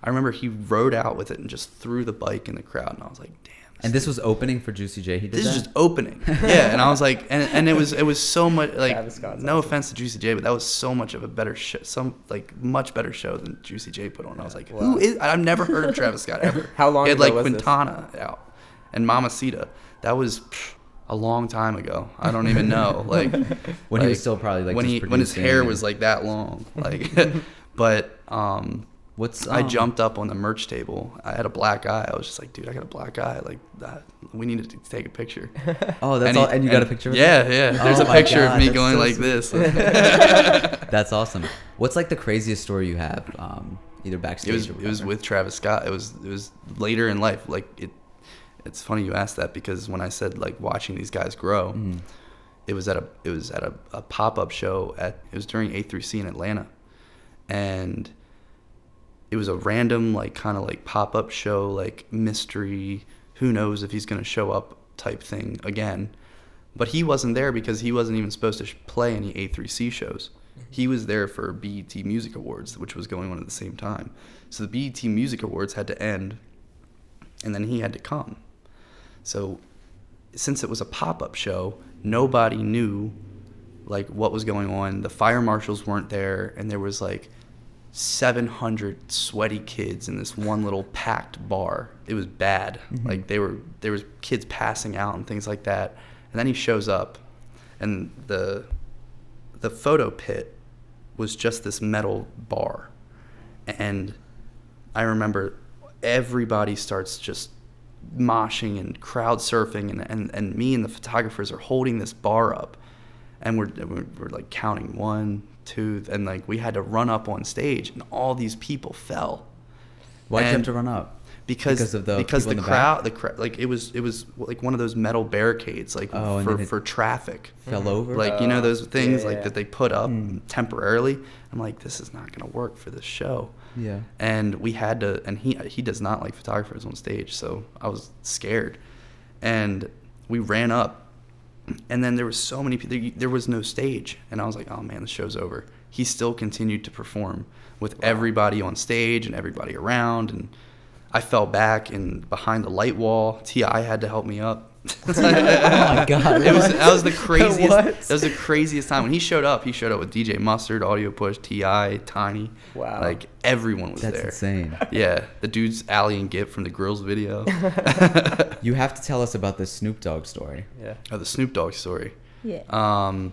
Speaker 6: I remember he rode out with it and just threw the bike in the crowd, and I was like, damn.
Speaker 3: And this was opening for Juicy J. He did
Speaker 6: This
Speaker 3: that?
Speaker 6: is just opening. Yeah, and I was like, and, and it was it was so
Speaker 2: (laughs)
Speaker 6: much like
Speaker 2: Travis Scott's
Speaker 6: no offense to Juicy J, but that was so much of a better show, some like much better show than Juicy J put on. I was like, who is? I've never heard of Travis Scott ever.
Speaker 2: (laughs) How long
Speaker 6: He had
Speaker 2: ago
Speaker 6: like
Speaker 2: was this?
Speaker 6: Quintana out and Mamacita. That was pff, a long time ago. I don't even know.
Speaker 2: (laughs)
Speaker 6: Like
Speaker 3: When he was
Speaker 6: like,
Speaker 3: still probably, like,
Speaker 6: when
Speaker 3: just
Speaker 6: he when his
Speaker 3: producing
Speaker 6: hair
Speaker 3: and-
Speaker 6: was like that long.
Speaker 3: (laughs)
Speaker 6: Like, (laughs) but um.
Speaker 3: what's
Speaker 6: I
Speaker 3: um,
Speaker 6: jumped up on the merch table. I had a black eye. I was just like, dude, I got a black eye. Like, that, we needed to take a picture.
Speaker 3: Oh, (laughs) that's
Speaker 6: he-
Speaker 3: all. And you got a picture. Of
Speaker 6: Yeah, (laughs) yeah. There's
Speaker 3: Oh
Speaker 6: a
Speaker 3: my
Speaker 6: picture
Speaker 3: God,
Speaker 6: of me
Speaker 3: that's
Speaker 6: going
Speaker 3: so
Speaker 6: like
Speaker 3: sweet. (laughs)
Speaker 6: this. (laughs)
Speaker 3: it? that's awesome. What's like the craziest story you have, um, either backstage?
Speaker 6: it was
Speaker 3: or
Speaker 6: it was
Speaker 3: whatever?
Speaker 6: with Travis Scott. It was it was later in life. Like it, it's funny you asked that because when I said like watching these guys grow,
Speaker 3: Mm.
Speaker 6: it was at a it was at a, a pop up show at it was during A through C in Atlanta, and it was a random like kind of like pop up show like mystery who knows if he's gonna show up type thing again, but he wasn't there because he wasn't even supposed to sh- play any A3C shows. He was there for BET Music Awards, which was going on at the same time. So the BET Music Awards had to end, and then he had to come. So since it was a pop-up show, nobody knew like what was going on. The fire marshals weren't there, and there was like 700 sweaty kids in this one little packed bar. It was bad. Like they were there was kids passing out and things like that. And then he shows up and the the photo pit was just this metal bar. And I remember everybody starts just moshing and crowd surfing and, and, and me and the photographers are holding this bar up and we're, and we're, we're like counting one two and like we had to run up on stage and all these people fell
Speaker 3: Why did you have
Speaker 6: and-
Speaker 3: to run up?
Speaker 6: because because, the,
Speaker 3: people in the back?
Speaker 6: crowd the crowd like it was it was like one of those metal barricades like
Speaker 3: Oh, and
Speaker 6: for,
Speaker 3: then it Oh,
Speaker 6: for traffic
Speaker 3: fell over.
Speaker 6: Mm-hmm.
Speaker 3: Uh,
Speaker 6: like you know those things
Speaker 2: yeah,
Speaker 6: like
Speaker 2: yeah.
Speaker 6: that they put up
Speaker 3: Hmm.
Speaker 6: temporarily i'm like this is not going to work for this show
Speaker 3: Yeah.
Speaker 6: and we had to and he he does not like photographers on stage so i was scared and we ran up and then there was so many people there, there was no stage and i was like oh man the show's over he still continued to perform with everybody on stage and everybody around and i fell back and behind the light wall ti had to help me up
Speaker 3: (laughs)
Speaker 6: (laughs)
Speaker 3: oh my god.
Speaker 6: it was that
Speaker 3: (laughs)
Speaker 6: was the craziest.
Speaker 3: What?
Speaker 6: That was the craziest time when he showed up. He showed up with DJ Mustard, Audio Push, Ti, Tiny.
Speaker 2: Wow.
Speaker 6: Like everyone was
Speaker 3: That's
Speaker 6: there.
Speaker 3: insane.
Speaker 6: Yeah, the dudes Allie and Gip from the Grills video. (laughs)
Speaker 3: You have to tell us about the Snoop Dogg story.
Speaker 2: Mm-hmm. Yeah.
Speaker 6: oh, the Snoop Dogg story.
Speaker 1: Yeah.
Speaker 6: Um,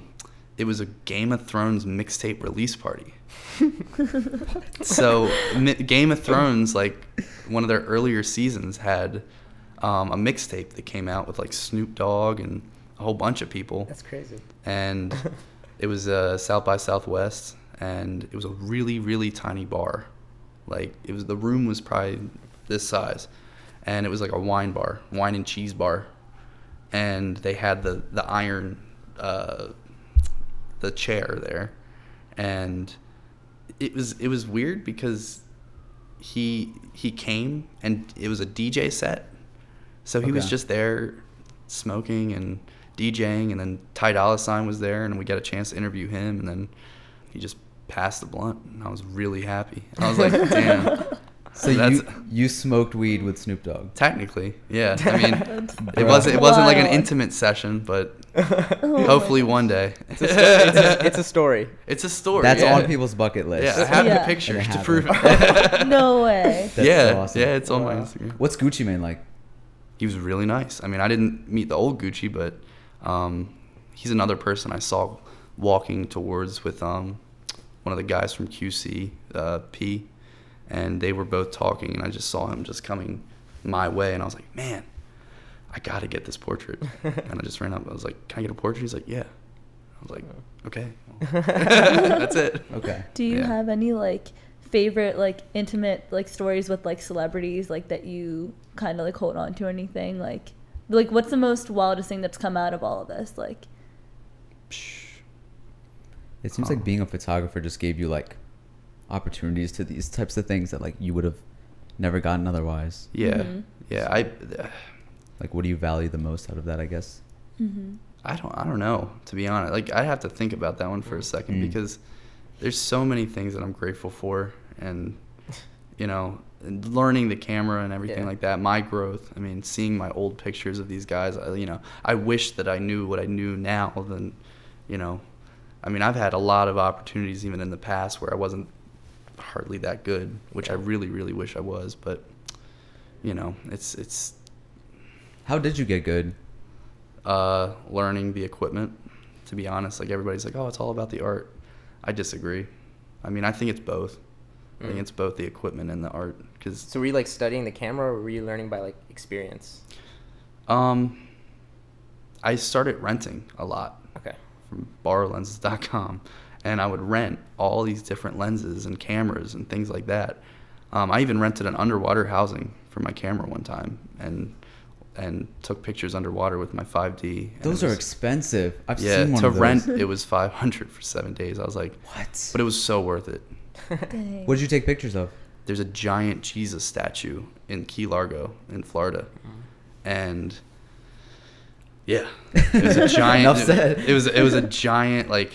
Speaker 6: it was a Game of Thrones mixtape release party. so mi- Game of Thrones, like one of their earlier seasons, had um, a mixtape that came out with like Snoop Dogg and a whole bunch of people.
Speaker 2: That's crazy.
Speaker 6: and it was uh, South by Southwest, and it was a really really tiny bar, like it was the room was probably this size, and it was like a wine bar, wine and cheese bar, and they had the the iron, uh, the chair there, and it was it was weird because he he came and it was a DJ set, so he was
Speaker 3: Okay.
Speaker 6: just there smoking and DJing, and then Ty Dolla Sign was there, and we got a chance to interview him, and then he just passed the blunt, and I was really happy. I was like, damn.
Speaker 3: So
Speaker 6: That's-
Speaker 3: you you smoked weed with Snoop Dogg.
Speaker 6: Technically, yeah.
Speaker 2: (laughs)
Speaker 6: I mean, it
Speaker 3: Bro.
Speaker 6: wasn't it wasn't like an
Speaker 1: Wild.
Speaker 6: intimate session, but
Speaker 1: (laughs) Oh
Speaker 6: hopefully one day. It's
Speaker 2: It's a, sto- it's, a, it's a story.
Speaker 6: it's a story.
Speaker 3: That's
Speaker 6: yeah.
Speaker 3: on people's bucket list.
Speaker 6: Yeah, I have
Speaker 1: Yeah.
Speaker 6: the picture
Speaker 3: And I
Speaker 6: to
Speaker 3: have
Speaker 6: prove
Speaker 3: it.
Speaker 1: (laughs)
Speaker 6: it. (laughs)
Speaker 1: no way.
Speaker 3: That's
Speaker 6: yeah,
Speaker 3: so awesome.
Speaker 6: yeah, it's on my
Speaker 2: Wow.
Speaker 6: Instagram.
Speaker 3: What's Gucci Mane like?
Speaker 6: He was really nice. I mean, I didn't meet the old Gucci, but um, he's another person I saw walking towards with um, one of the guys from QC, uh, P, and they were both talking, and I just saw him just coming my way, and I was like, man, I gotta get this portrait. and I just ran up. I was like, can I get a portrait? He's like, yeah. I was like, okay. well, that's it.
Speaker 3: Okay.
Speaker 1: Do you
Speaker 6: Yeah.
Speaker 1: have any like favorite like intimate like stories with like celebrities like that you kind of like hold on to or anything like like what's the most wildest thing that's come out of all of this
Speaker 6: (laughs)
Speaker 1: like
Speaker 3: It seems
Speaker 6: Oh.
Speaker 3: like being a photographer just gave you like opportunities to these types of things that like you would have never gotten otherwise.
Speaker 6: Yeah,
Speaker 1: Mhm.
Speaker 6: yeah. I,
Speaker 3: Like, what do you value the most out of that? I guess.
Speaker 1: mm-hmm.
Speaker 6: I don't I don't know to be honest. Like I have to think about that one for a second
Speaker 3: Mm.
Speaker 6: because there's so many things that I'm grateful for and you know and learning the camera and everything
Speaker 2: Yeah.
Speaker 6: like that. My growth. I mean, seeing my old pictures of these guys. I, you know, I wish that I knew what I knew now. Than you know, I mean, I've had a lot of opportunities even in the past where I wasn't hardly that good, which I really really wish I was. But you know, it's it's
Speaker 3: How did you get good?
Speaker 6: uh, learning the equipment. To be honest, like everybody's like, oh, it's all about the art. I disagree. I mean, I think it's both. I think
Speaker 2: Mm.
Speaker 6: it's both the equipment and the art. Because
Speaker 2: So were you like studying the camera, or were you learning by like experience?
Speaker 6: um, I started renting a lot
Speaker 2: Okay.
Speaker 6: from borrowlenses.com, and I would rent all these different lenses and cameras and things like that. Um, I even rented an underwater housing for my camera one time, and and took pictures underwater with my 5D. and it
Speaker 3: Those are
Speaker 6: was-
Speaker 3: expensive. I've
Speaker 6: yeah
Speaker 3: seen one
Speaker 6: to
Speaker 3: of those. (laughs)
Speaker 6: rent it was 500 for seven days i was like
Speaker 3: What?
Speaker 6: but it was so worth it
Speaker 1: Dang.
Speaker 3: What did you take pictures of?
Speaker 6: there's a giant jesus statue in key largo in florida
Speaker 3: Mm.
Speaker 6: and
Speaker 3: (laughs)
Speaker 6: yeah it was a giant
Speaker 3: Enough
Speaker 6: it-
Speaker 3: said.
Speaker 6: It, was it was a giant like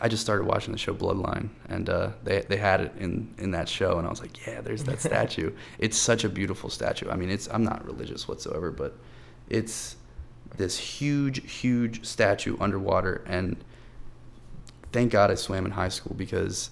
Speaker 6: i just started watching the show bloodline and uh, they, they had it in, in that show and i was like yeah there's
Speaker 3: (laughs)
Speaker 6: that statue it's such a beautiful statue i mean it's i'm not religious whatsoever but it's this huge huge statue underwater and thank God I swam in high school because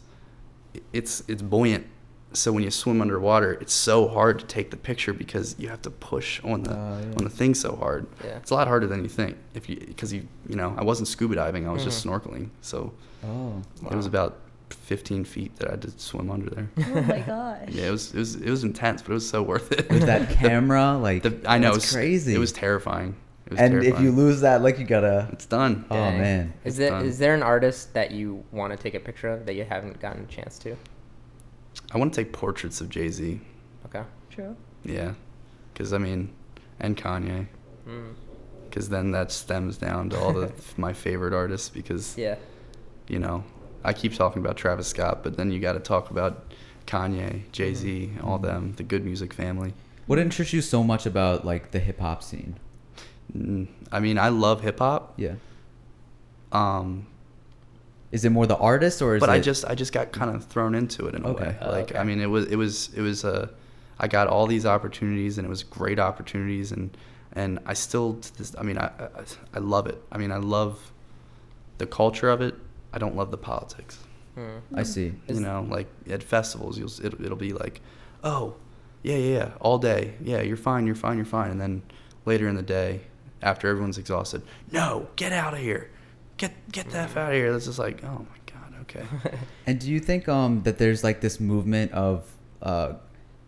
Speaker 6: it's it's buoyant. So when you swim underwater, it's so hard to take the picture because you have to push on the
Speaker 3: Oh, yeah.
Speaker 6: on the thing so hard.
Speaker 2: Yeah.
Speaker 6: It's a lot harder than you think. If you because you you know I wasn't scuba diving, I was just
Speaker 3: Mm-hmm.
Speaker 6: snorkeling. So
Speaker 3: Oh.
Speaker 6: it was
Speaker 2: Wow.
Speaker 6: about 15 feet that I did swim
Speaker 3: (laughs)
Speaker 6: under there.
Speaker 1: oh
Speaker 6: (laughs)
Speaker 1: my gosh
Speaker 6: yeah, it was it was it was intense, but it was so worth it.
Speaker 3: With that
Speaker 6: (laughs) The-
Speaker 3: camera, like
Speaker 6: the, I know
Speaker 3: that's
Speaker 6: it was
Speaker 3: crazy.
Speaker 6: It was terrifying. It was
Speaker 3: and if
Speaker 6: terrifying.
Speaker 3: you lose that, like you gotta.
Speaker 6: it's done.
Speaker 3: Oh man.
Speaker 2: Is
Speaker 6: It's
Speaker 2: there
Speaker 6: done.
Speaker 2: is there an artist that you want to take a picture of that you haven't gotten a chance to?
Speaker 6: I want to take portraits of Jay Z.
Speaker 2: Okay.
Speaker 1: true
Speaker 6: Yeah, because I mean, and Kanye,
Speaker 2: Mm.
Speaker 6: because then that stems down to all
Speaker 2: (laughs)
Speaker 6: the my favorite artists. Because
Speaker 2: Yeah.
Speaker 6: you know, I keep talking about Travis Scott, but then you got to talk about Kanye, Jay Z,
Speaker 2: Mm-hmm.
Speaker 6: all them, the good music family.
Speaker 3: What interests you so much about like the hip hop scene?
Speaker 6: Mm, I mean, I love hip hop.
Speaker 3: Yeah.
Speaker 6: Um,
Speaker 3: Is it more the artist or is
Speaker 6: but
Speaker 3: it?
Speaker 6: I just I just got kind of thrown into it in a
Speaker 3: Okay.
Speaker 6: way.
Speaker 3: Oh,
Speaker 6: Like
Speaker 2: okay.
Speaker 6: I mean, it was it was it was uh, I got all these opportunities and it was great opportunities and and I still to this I mean I I, I love it. I mean I love the culture of it. I don't love the politics.
Speaker 2: Mm.
Speaker 3: I see.
Speaker 2: Is-
Speaker 6: you know, like at festivals, you'll s- it'll, it'll be like, oh, yeah, yeah, yeah, all day, yeah, you're fine, you're fine, you're fine, and then later in the day, after everyone's exhausted, no, get out of here, get get the
Speaker 3: Mm-hmm.
Speaker 6: f out of here. That's just like, oh my god,
Speaker 3: (laughs)
Speaker 6: okay.
Speaker 3: And do you think um that there's like this movement of uh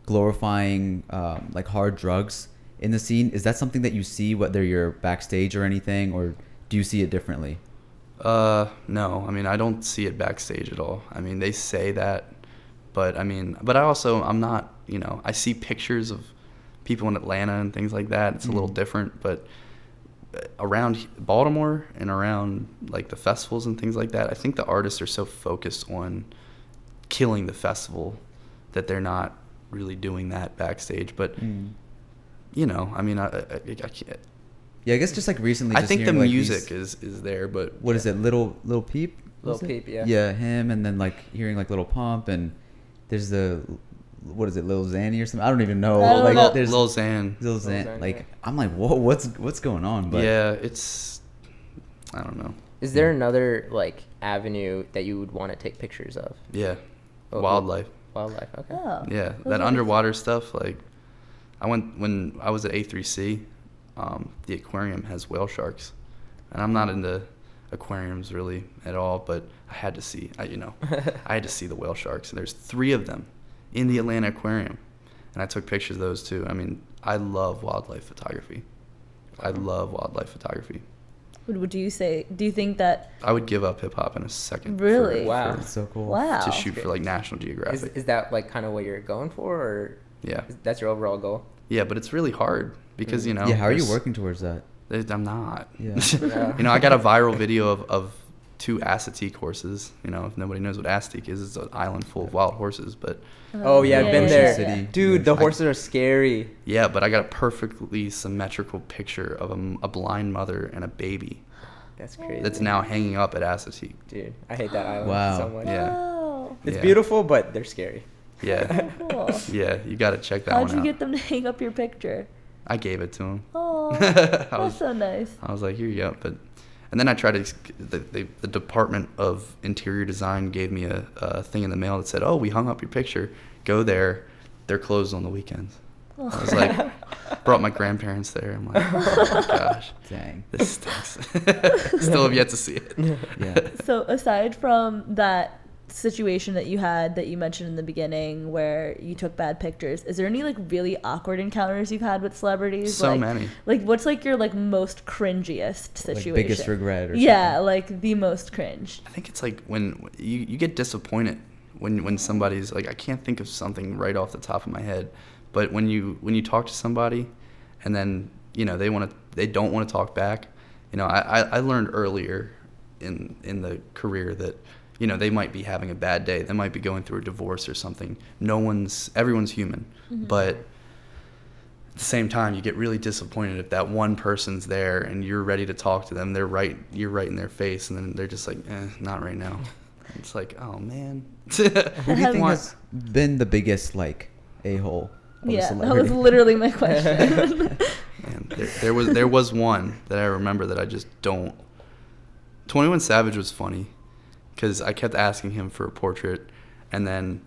Speaker 3: glorifying um like hard drugs in the scene? Is that something that you see whether you're backstage or anything or do you see it differently?
Speaker 6: Uh, no. I mean, I don't see it backstage at all. I mean, they say that, but I mean, but I also I'm not. You know, I see pictures of people in Atlanta and things like that. It's a little
Speaker 3: Mhm.
Speaker 6: different, but uh, around he- Baltimore and around like the festivals and things like that, I think the artists are so focused on killing the festival that they're not really doing that backstage. But
Speaker 3: Mm.
Speaker 6: you know, I mean, I, I, I, can't.
Speaker 3: Yeah, I guess just like recently.
Speaker 6: I
Speaker 3: just
Speaker 6: think the
Speaker 3: hearing, like,
Speaker 6: music
Speaker 3: these-
Speaker 6: is is there, but
Speaker 3: What is it? Little Little Peep.
Speaker 2: Lil
Speaker 3: was it?
Speaker 2: Peep, yeah.
Speaker 3: Yeah, him, and then like hearing like Little Pump, and there's the what is it, Lil Xanny or something? I don't even know.
Speaker 1: I don't
Speaker 3: like
Speaker 1: know.
Speaker 3: there's
Speaker 6: Lil Xan.
Speaker 3: Lil Xan.
Speaker 2: Xan,
Speaker 3: like
Speaker 2: yeah.
Speaker 3: I'm like, whoa, what's what's going on? But
Speaker 6: yeah, it's I don't know.
Speaker 2: Is there another like avenue that you would want to take pictures of?
Speaker 6: Yeah,
Speaker 2: Oh,
Speaker 6: wildlife.
Speaker 2: Wildlife. Okay.
Speaker 1: Oh.
Speaker 6: Yeah,
Speaker 1: Those
Speaker 6: that
Speaker 1: are-
Speaker 6: underwater stuff. Like, I went when I was at A3C. Um, the aquarium has whale sharks, and I'm not into aquariums really at all. But I had to see, I, you know, I had to see the whale sharks, and there's three of them in the Atlanta Aquarium, and I took pictures of those too. I mean, I love wildlife photography. I love wildlife photography.
Speaker 1: What would you say? Do you think that?
Speaker 6: I would give up hip hop in a second. for-
Speaker 1: Really?
Speaker 2: Wow.
Speaker 3: It's so cool.
Speaker 1: Wow.
Speaker 6: to shoot for like National Geographic.
Speaker 2: Is, is that like kind of what you're going for, or
Speaker 6: yeah,
Speaker 2: is, that's your overall goal?
Speaker 6: yeah, but it's really hard because you know.
Speaker 3: yeah, how are you
Speaker 6: there's-
Speaker 3: working towards that?
Speaker 6: there's- I'm not.
Speaker 3: Yeah.
Speaker 2: Yeah.
Speaker 6: (laughs) you know, I got a viral video of, of two acetique horses. You know, if nobody knows what acetique is, it's an island full of wild horses. But
Speaker 1: um,
Speaker 2: Oh yeah, I've been
Speaker 3: yeah,
Speaker 2: there,
Speaker 3: yeah.
Speaker 2: dude. The
Speaker 6: I-
Speaker 2: horses are scary.
Speaker 6: yeah, but I got a perfectly symmetrical picture of a, m- a blind mother and a baby
Speaker 2: That's crazy.
Speaker 6: that's now hanging up at acetique.
Speaker 2: dude. I hate that island
Speaker 3: Wow.
Speaker 2: so much.
Speaker 6: Yeah.
Speaker 1: Wow.
Speaker 2: It's
Speaker 6: Yeah.
Speaker 2: beautiful, but they're scary. (laughs)
Speaker 6: Yeah,
Speaker 1: Cool.
Speaker 6: yeah, you got to check that
Speaker 1: How'd
Speaker 6: one
Speaker 1: you
Speaker 6: out.
Speaker 1: get them to hang up your
Speaker 6: (laughs)
Speaker 1: picture?
Speaker 6: I gave it to him.
Speaker 1: Oh,
Speaker 6: I
Speaker 1: that's
Speaker 6: was
Speaker 1: so nice.
Speaker 6: I was like, here you go. But, and then I tried to, ex- the, the, the Department of Interior Design gave me a, a thing in the mail that said, oh, we hung up your picture. Go there. They're closed on the weekends. I
Speaker 1: (laughs)
Speaker 6: was like, brought my grandparents there. I'm like, oh my gosh,
Speaker 3: Dang.
Speaker 1: (laughs)
Speaker 6: this stinks. (laughs) Still have yet to see it.
Speaker 3: Yeah.
Speaker 1: So aside from that situation that you had that you mentioned in the beginning where you took bad pictures, is there any like really awkward encounters you've had with celebrities?
Speaker 6: So
Speaker 1: like,
Speaker 6: many.
Speaker 1: Like what's like your like most cringiest
Speaker 3: Like
Speaker 1: situation?
Speaker 3: biggest regret or
Speaker 1: yeah, like the most cringe.
Speaker 6: I think it's like when you, you get disappointed when when somebody's like I can't think of something right off the top of my head, but when you when you talk to somebody, and then you know they want to they don't want to talk back. You know I, I, I learned earlier in in the career that you know they might be having a bad day. They might be going through a divorce or something. No one's everyone's human, but at the same time you get really disappointed if that one person's there and you're ready to talk to them they're right you're right in their face and then they're just like eh, not right now it's like oh man (laughs)
Speaker 3: Who do you
Speaker 1: Have-
Speaker 3: think has been the biggest like a hole?
Speaker 1: Yeah, that was literally my question.
Speaker 6: And there, there was there was one that I remember that I just don't. Twenty One Savage was funny, because I kept asking him for a portrait, and then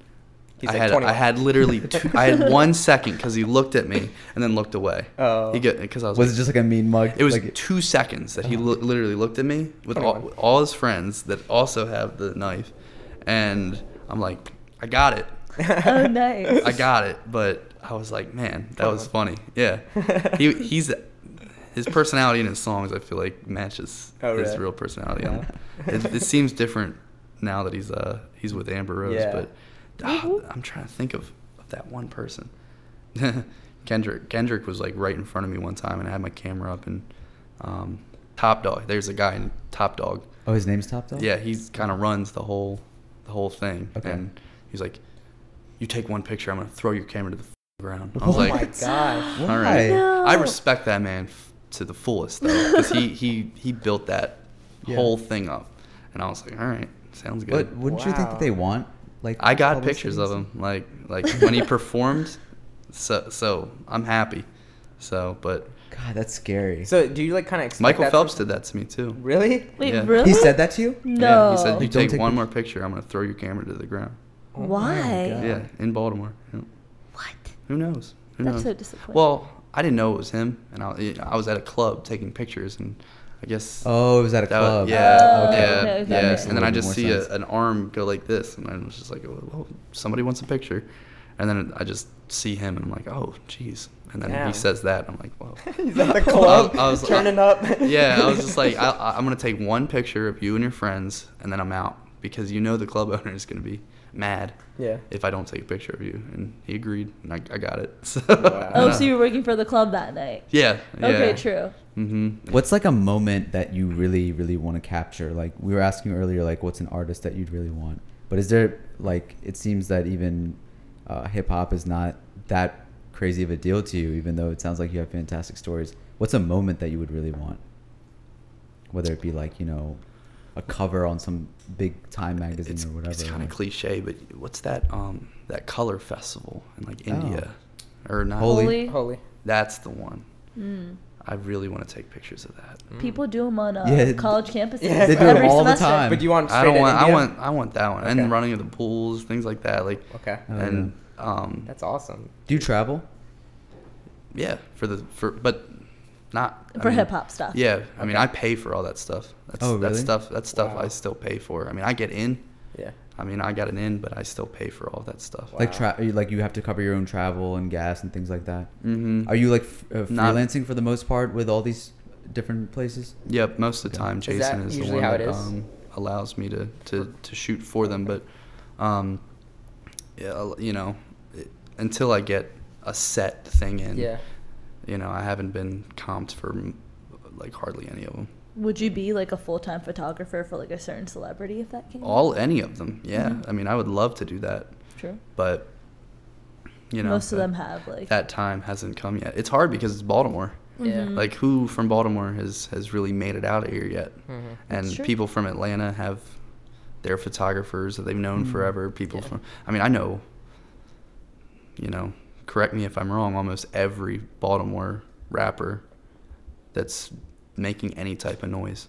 Speaker 2: He's
Speaker 6: I
Speaker 2: like,
Speaker 6: had
Speaker 2: 21.
Speaker 6: I had literally two, I had one second because he looked at me and then looked away.
Speaker 2: Oh.
Speaker 6: he because I
Speaker 3: (laughs)
Speaker 6: was,
Speaker 3: Was it
Speaker 6: like-
Speaker 3: just like a mean mug?
Speaker 6: It was
Speaker 3: Like, uh-huh.
Speaker 6: two seconds that he lo- literally looked at me with all,
Speaker 2: 21.
Speaker 6: with all his friends that also have the knife, and I'm like, I got it.
Speaker 1: oh nice.
Speaker 6: (laughs) I got it, but I was like, man, that
Speaker 2: Uh-huh.
Speaker 6: was funny.
Speaker 2: (laughs)
Speaker 6: Yeah, he he's his personality in his songs. I feel like matches
Speaker 2: Oh,
Speaker 6: his
Speaker 2: really? Uh-huh.
Speaker 6: real personality.
Speaker 2: Wow.
Speaker 6: It, it
Speaker 2: (laughs)
Speaker 6: seems different now that he's uh he's with Amber Rose,
Speaker 2: Yeah. Mm-hmm.
Speaker 6: but ah, I'm trying to think of, of that one person. (laughs) Kendrick Kendrick was like right in front of me one time, and I had my camera up and um, Top Dog. There's a guy in Top Dog.
Speaker 3: oh, his name's Top Dog.
Speaker 6: Yeah, he kind of runs the whole the whole thing.
Speaker 3: Okay.
Speaker 6: And he's like, "You take one picture, I'm gonna throw your camera to the f- ground." I was
Speaker 3: Oh
Speaker 6: like,
Speaker 2: My gosh.
Speaker 3: Why?
Speaker 6: "All right."
Speaker 1: No.
Speaker 6: I respect that man f- to the fullest though, because he he he built that
Speaker 3: Yeah.
Speaker 6: whole thing up, and I was like, "All right, sounds good."
Speaker 3: But wouldn't you think
Speaker 2: Wow.
Speaker 3: that they want like?
Speaker 6: I got
Speaker 3: publicity
Speaker 6: pictures
Speaker 3: and
Speaker 6: of
Speaker 3: stuff?
Speaker 6: him, like like when he performed. So so I'm happy. So but
Speaker 3: God, that's scary.
Speaker 2: So do you like kind of expect
Speaker 6: Michael
Speaker 2: that
Speaker 6: Phelps
Speaker 2: from-
Speaker 6: did that to me too.
Speaker 2: Really?
Speaker 1: Wait,
Speaker 6: Yeah.
Speaker 1: really?
Speaker 3: he said that to you?
Speaker 1: No.
Speaker 6: Yeah, he said, "You
Speaker 3: don't
Speaker 6: take,
Speaker 3: take
Speaker 6: one
Speaker 3: pic-
Speaker 6: more picture, I'm gonna throw your camera to the ground."
Speaker 1: Why?
Speaker 3: "Oh God.
Speaker 6: Yeah, in Baltimore. Yeah.
Speaker 1: What?
Speaker 6: Who knows? Who
Speaker 1: That's
Speaker 6: knows?
Speaker 1: so disappointing.
Speaker 6: Well, I didn't know it was him, and I, you know, I was at a club taking pictures, and I guess
Speaker 3: Oh, it was at a
Speaker 6: that was-
Speaker 3: club.
Speaker 6: yeah,
Speaker 1: Oh, okay.
Speaker 6: yeah,
Speaker 1: okay, okay. That
Speaker 6: yeah.
Speaker 1: makes a
Speaker 6: And then
Speaker 3: little
Speaker 6: I
Speaker 3: bit
Speaker 6: just
Speaker 3: more
Speaker 6: see a,
Speaker 3: sense.
Speaker 6: an arm go like this, and I was just like, oh, well, somebody wants a picture, and then I just see him, and I'm like, oh, jeez. And then he
Speaker 2: Damn.
Speaker 6: says that, and I'm like, well,
Speaker 2: (laughs) He's at the club,
Speaker 6: (laughs) I
Speaker 2: (laughs)
Speaker 6: was-
Speaker 2: turning up.
Speaker 6: (laughs) yeah. I was just like, I, I- I'm gonna take one picture of you and your friends, and then I'm out because you know the club (laughs) owner is gonna be mad
Speaker 2: (laughs) yeah.
Speaker 6: if I don't take a picture of you. And he agreed, and I, I got it. (laughs) So,
Speaker 1: Oh,
Speaker 6: Yeah.
Speaker 1: so you were working for the club that night.
Speaker 6: Yeah. yeah.
Speaker 1: Okay, true.
Speaker 6: Mm-hmm.
Speaker 3: What's like a moment that you really, really want to capture? Like we were asking earlier, like what's an artist that you'd really want? But is there like it seems that even uh, hip hop is not that crazy of a deal to you, even though it sounds like you have fantastic stories. What's a moment that you would really want? Whether it be like you know, a cover on some big time magazine
Speaker 6: It's,
Speaker 3: or whatever.
Speaker 6: it's kind of
Speaker 3: like-
Speaker 6: cliche, but what's that um that color festival in like
Speaker 3: Oh.
Speaker 6: India or not?
Speaker 3: Holy-
Speaker 1: Holy.
Speaker 6: Oh.
Speaker 2: Holy.
Speaker 6: That's the one.
Speaker 1: Mm.
Speaker 6: I really want to take pictures of that.
Speaker 3: Mm.
Speaker 1: People do them on uh,
Speaker 3: Yeah,
Speaker 1: college campuses.
Speaker 2: Yeah. They do it
Speaker 1: every
Speaker 3: all the
Speaker 1: semester.
Speaker 3: time.
Speaker 2: But do you want?
Speaker 6: I don't
Speaker 2: straight at
Speaker 6: want. I
Speaker 2: India?
Speaker 6: want. I want that one.
Speaker 2: Okay.
Speaker 6: And running of the pools, things like that. Like
Speaker 2: Okay,
Speaker 3: Oh,
Speaker 6: and um
Speaker 2: that's awesome.
Speaker 3: Do you travel?
Speaker 6: yeah for the for but not I
Speaker 1: For
Speaker 6: mean,
Speaker 1: hip hop stuff.
Speaker 6: Yeah, I mean I pay for all that stuff. That's,
Speaker 3: Oh,
Speaker 6: That
Speaker 3: really?
Speaker 6: stuff. That stuff
Speaker 2: Wow.
Speaker 6: I still pay for. I mean I get in.
Speaker 2: Yeah.
Speaker 6: I mean I got an in, but I still pay for all that stuff.
Speaker 3: Like
Speaker 2: Wow.
Speaker 3: tra- are you- like you have to cover your own travel and gas and things like that.
Speaker 6: mm-hmm.
Speaker 3: Are you like f- uh,
Speaker 6: Not-
Speaker 3: freelancing for the most part with all these different places?
Speaker 6: Yep, most of the time
Speaker 2: that
Speaker 6: Jason is, the
Speaker 2: usually
Speaker 6: one
Speaker 2: how
Speaker 6: that
Speaker 2: it is?
Speaker 6: um, allows me to, to, to shoot for them. But, um, yeah, I'll- you know, it, until I get a set thing in,
Speaker 2: Yeah.
Speaker 6: you know, I haven't been comped for mm, like hardly any of them.
Speaker 1: Would you be like a full time photographer for like a certain celebrity if that
Speaker 2: Mm-hmm.
Speaker 1: came?
Speaker 6: All any of them, yeah.
Speaker 1: Mhm.
Speaker 6: I mean, I would love to do that,
Speaker 1: True.
Speaker 6: but you know, uh,
Speaker 1: Most of
Speaker 6: that-
Speaker 1: them have like.
Speaker 6: That time hasn't come yet. It's hard because it's Baltimore.
Speaker 3: Mm-hmm.
Speaker 2: Yeah.
Speaker 6: Like who from Baltimore has has really made it out of here yet?
Speaker 2: Mhm.
Speaker 1: That's
Speaker 6: And
Speaker 1: true.
Speaker 6: people from Atlanta have their photographers that they've known
Speaker 3: Mhm.
Speaker 6: forever. People
Speaker 2: Yeah.
Speaker 6: from I mean, I know you know, correct me if I'm wrong, almost every Baltimore rapper that's making any type of noise.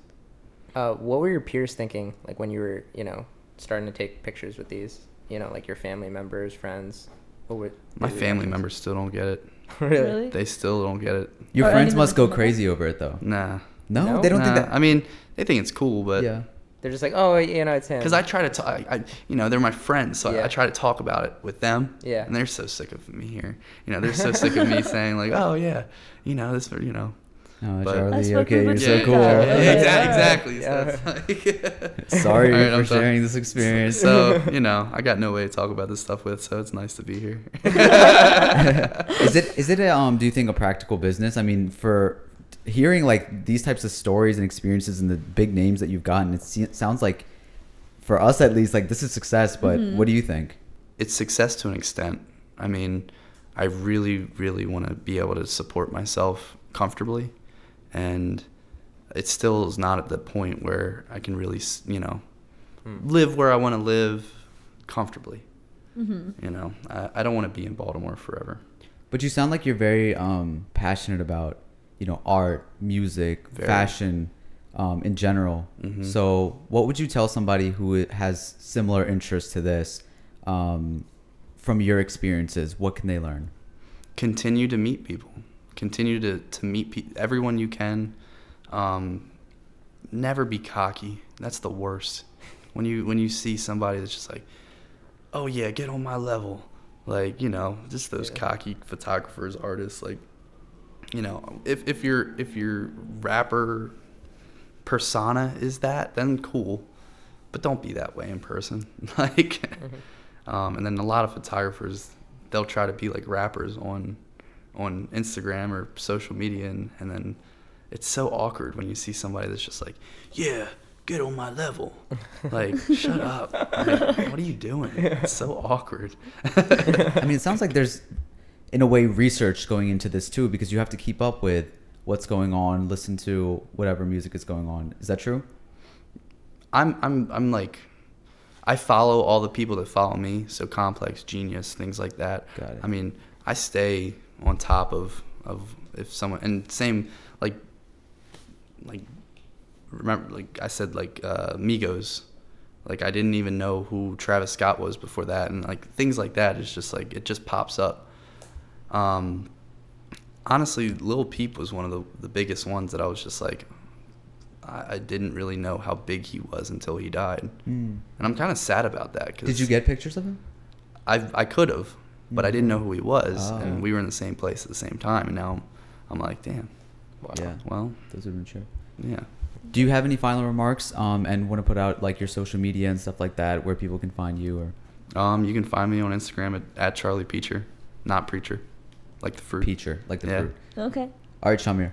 Speaker 2: Uh, what were your peers thinking, like when you were, you know, starting to take pictures with these, you know, like your family members, friends? What were
Speaker 6: My
Speaker 2: what were your
Speaker 6: family
Speaker 2: reactions?
Speaker 6: members still don't get it.
Speaker 2: (laughs) really?
Speaker 1: Really?
Speaker 6: They still don't get it.
Speaker 3: Your
Speaker 1: Or
Speaker 3: friends
Speaker 1: anyone
Speaker 3: must
Speaker 1: that
Speaker 3: go
Speaker 1: come up?
Speaker 3: crazy over it though.
Speaker 6: Nah.
Speaker 3: No,
Speaker 2: No?
Speaker 3: they don't
Speaker 6: nah.
Speaker 3: think that.
Speaker 6: I mean, they think it's cool, but
Speaker 3: yeah.
Speaker 2: They're just like, oh, you know, it's him.
Speaker 6: Because I try to talk, I, I- you know, they're my friends, so I- I,
Speaker 2: Yeah.
Speaker 6: try to talk about it with them.
Speaker 2: Yeah.
Speaker 6: And they're so sick of me here. You know, they're so sick
Speaker 2: (laughs)
Speaker 6: of me saying like, oh yeah, you know this, you know.
Speaker 3: Oh,
Speaker 6: But-
Speaker 1: I
Speaker 3: Charlie,
Speaker 1: spoke
Speaker 3: okay,
Speaker 1: with
Speaker 3: you're
Speaker 1: a
Speaker 3: so
Speaker 1: Jew
Speaker 3: cool.
Speaker 1: guy.
Speaker 6: Yeah,
Speaker 1: Okay,
Speaker 6: exact-
Speaker 1: alright.
Speaker 6: exactly.
Speaker 2: Yeah.
Speaker 6: So
Speaker 3: (laughs)
Speaker 6: it's like- (laughs)
Speaker 3: Sorry
Speaker 6: Alright,
Speaker 3: for
Speaker 6: I'm sorry.
Speaker 3: sharing this experience. (laughs)
Speaker 6: (laughs) So you know, I got no way to talk about this stuff with, so it's nice to be here.
Speaker 2: (laughs)
Speaker 6: (laughs)
Speaker 3: is it is it a, um do you think a practical business? I mean, for hearing like these types of stories and experiences and the big names that you've gotten, it se- sounds like for us at least like this is success, but
Speaker 1: Mm-hmm.
Speaker 3: what do you think?
Speaker 6: it's success to an extent. I mean, I really, really want to be able to support myself comfortably, and it still is not at the point where I can really, s- you know, live where I want to live comfortably. You know, I, I don't want to be in Baltimore forever.
Speaker 3: But you sound like you're very um passionate about, you know, art, music,
Speaker 6: Very.
Speaker 3: fashion um, in general.
Speaker 6: Mhm.
Speaker 3: So, what would you tell somebody who has similar interests to this um, from your experiences? What can they learn?
Speaker 6: Continue to meet people. Continue to to meet pe- everyone you can. Um, never be cocky. That's the worst. When you when you see somebody that's just like, oh yeah, get on my level. Like you know, just those cocky photographers, artists. Like, you know, if if your if your rapper persona is that, then cool. But don't be that way in person. (laughs) Like, um, and then a lot of photographers, they'll try to be like rappers on on Instagram or social media, and, and then it's so awkward when you see somebody that's just like, yeah, get on my level. Like, shut up. Like, what are you doing? It's so awkward.
Speaker 3: I mean, it sounds like there's, in a way, research going into this too, because you have to keep up with what's going on, listen to whatever music is going on. Is that true?
Speaker 6: I'm I'm I'm like I follow all the people that follow me, so complex, genius, things like that.
Speaker 3: Got it.
Speaker 6: I mean, I stay on top of of if someone and same like like remember like I said like uh Migos. Like I didn't even know who Travis Scott was before that and like things like that it's just like it just pops up. Um honestly, Lil Peep was one of the the biggest ones that I was just like I, I didn't really know how big he was until he died, and I'm kind of sad about that. Cause
Speaker 3: Did you get pictures of him?
Speaker 6: I I could have, but I didn't know who he was,
Speaker 3: Oh.
Speaker 6: and we were in the same place at the same time, and now I'm, I'm like, damn. Wow.
Speaker 3: Yeah.
Speaker 6: Well,
Speaker 3: Those have been true.
Speaker 6: yeah.
Speaker 3: Do you have any final remarks um, and want to put out like your social media and stuff like that where people can find you or
Speaker 6: Um, you can find me on Instagram at, at Charlie Peacher, not preacher, like the fruit.
Speaker 3: Peacher, like the
Speaker 6: Yeah.
Speaker 3: fruit?
Speaker 1: Okay.
Speaker 3: All right, Shamir.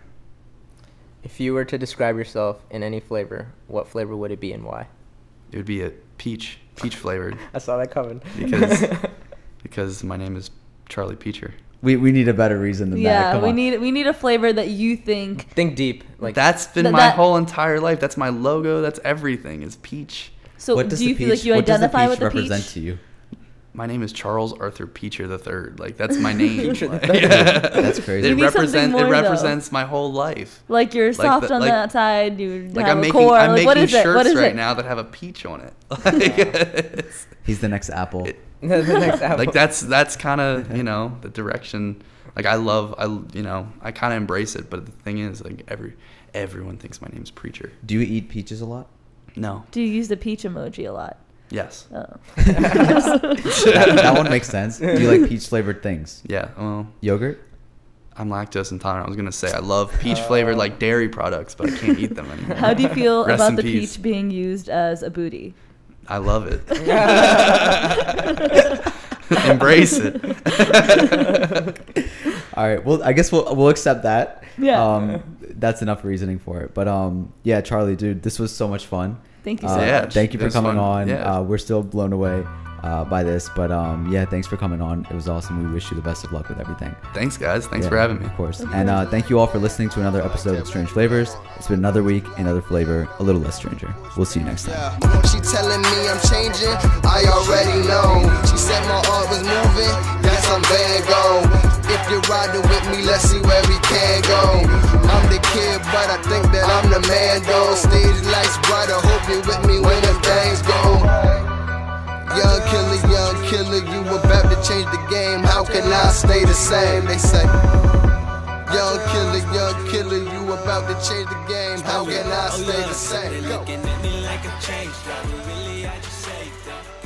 Speaker 2: If you were to describe yourself in any flavor, what flavor would it be and why?
Speaker 6: It would be a peach,
Speaker 3: (laughs)
Speaker 6: peach flavored,
Speaker 2: I saw that coming.
Speaker 6: Because- because my name is Charlie Peacher.
Speaker 7: We, we need a better reason than that.
Speaker 1: yeah,
Speaker 7: Come
Speaker 1: we
Speaker 7: on.
Speaker 1: need we need a flavor that you think
Speaker 2: (laughs) Think deep. Like
Speaker 6: Like that's been
Speaker 1: Th-
Speaker 6: my
Speaker 1: that-
Speaker 6: whole entire life. That's my logo. That's everything. Is peach.
Speaker 1: So
Speaker 3: what does
Speaker 1: do you
Speaker 3: the peach,
Speaker 1: feel like you
Speaker 3: what does the
Speaker 1: identify
Speaker 3: peach
Speaker 1: with the
Speaker 3: represent
Speaker 1: peach?
Speaker 3: to you?
Speaker 6: My name is Charles Arthur Peacher the Third. Like that's my
Speaker 1: (laughs)
Speaker 6: name.
Speaker 2: Peacher the
Speaker 6: Like,
Speaker 2: Third.
Speaker 3: (laughs) That's crazy.
Speaker 1: You
Speaker 6: It
Speaker 1: need something
Speaker 6: represents
Speaker 1: more,
Speaker 6: it
Speaker 1: though.
Speaker 6: represents my whole life.
Speaker 1: Like you're
Speaker 6: Like
Speaker 1: soft
Speaker 6: the-
Speaker 1: on
Speaker 6: like-
Speaker 1: the outside, you
Speaker 6: Like
Speaker 1: have
Speaker 6: I'm
Speaker 1: a
Speaker 6: making
Speaker 1: core.
Speaker 6: I'm
Speaker 1: like
Speaker 6: making
Speaker 1: what is
Speaker 6: shirts
Speaker 1: it? What is
Speaker 6: right
Speaker 1: it?
Speaker 6: now that have a peach on it. (laughs) Like, it's-
Speaker 3: He's the next apple.
Speaker 6: it-
Speaker 2: (laughs) the next album.
Speaker 6: (laughs) like that's that's
Speaker 3: (laughs)
Speaker 6: kind of you know the direction. Like I love I you know I kind of embrace it. But the thing is like every everyone thinks my name's Preacher.
Speaker 3: Do you eat peaches a
Speaker 6: (laughs)
Speaker 3: lot?
Speaker 6: No.
Speaker 1: Do Oh. you use the peach emoji a lot?
Speaker 6: Yes.
Speaker 1: Oh.
Speaker 3: That, that one makes sense. Do you like peach flavored things?
Speaker 6: Yeah. Well,
Speaker 3: Yogurt?
Speaker 6: I'm lactose intolerant. I was gonna say I love peach flavored like dairy products, but I (laughs) can't eat them anymore.
Speaker 1: Oh. How do you feel
Speaker 6: Rest
Speaker 1: about
Speaker 6: in
Speaker 1: the
Speaker 6: peace.
Speaker 1: peach being used as a booty?
Speaker 6: I
Speaker 1: (laughs)
Speaker 6: love it. (laughs) Embrace
Speaker 1: (laughs)
Speaker 6: it.
Speaker 3: All right. Well, I guess we'll we'll accept that.
Speaker 1: Yeah.
Speaker 3: Um, that's enough reasoning for it. But um, yeah, Charlie, dude, this was so much fun.
Speaker 1: Thank you so
Speaker 3: Uh,
Speaker 1: much.
Speaker 6: Yeah,
Speaker 3: thank you
Speaker 6: it
Speaker 3: for
Speaker 6: was
Speaker 3: coming
Speaker 6: fun.
Speaker 3: on.
Speaker 6: Yeah.
Speaker 3: Uh, we're still blown away uh, by this, but um, yeah, thanks for coming on. It was awesome. We wish you the best of luck with everything.
Speaker 6: Thanks, guys. Thanks
Speaker 3: Yeah,
Speaker 6: for having me.
Speaker 3: Of course. And uh, thank you all for listening to another episode of Strange Flavors. It's been another week, another flavor, a little less stranger. We'll see you next time.
Speaker 8: Yeah. She telling me I'm changing. I already know. She said my heart was moving. That's I'm Van Gogh. If you're riding with me, let's see where we can go. I'm the kid, but I think that I'm the man though. Stage lights brighter. Hope you're with me when them things go. Young killer, young killer, you about to change the game. How can I stay the same? They say. Young killer, young killer, you about to change the game. How can I stay the same? Go.
Speaker 9: looking at me like I'm changed up. Really, I just saved up.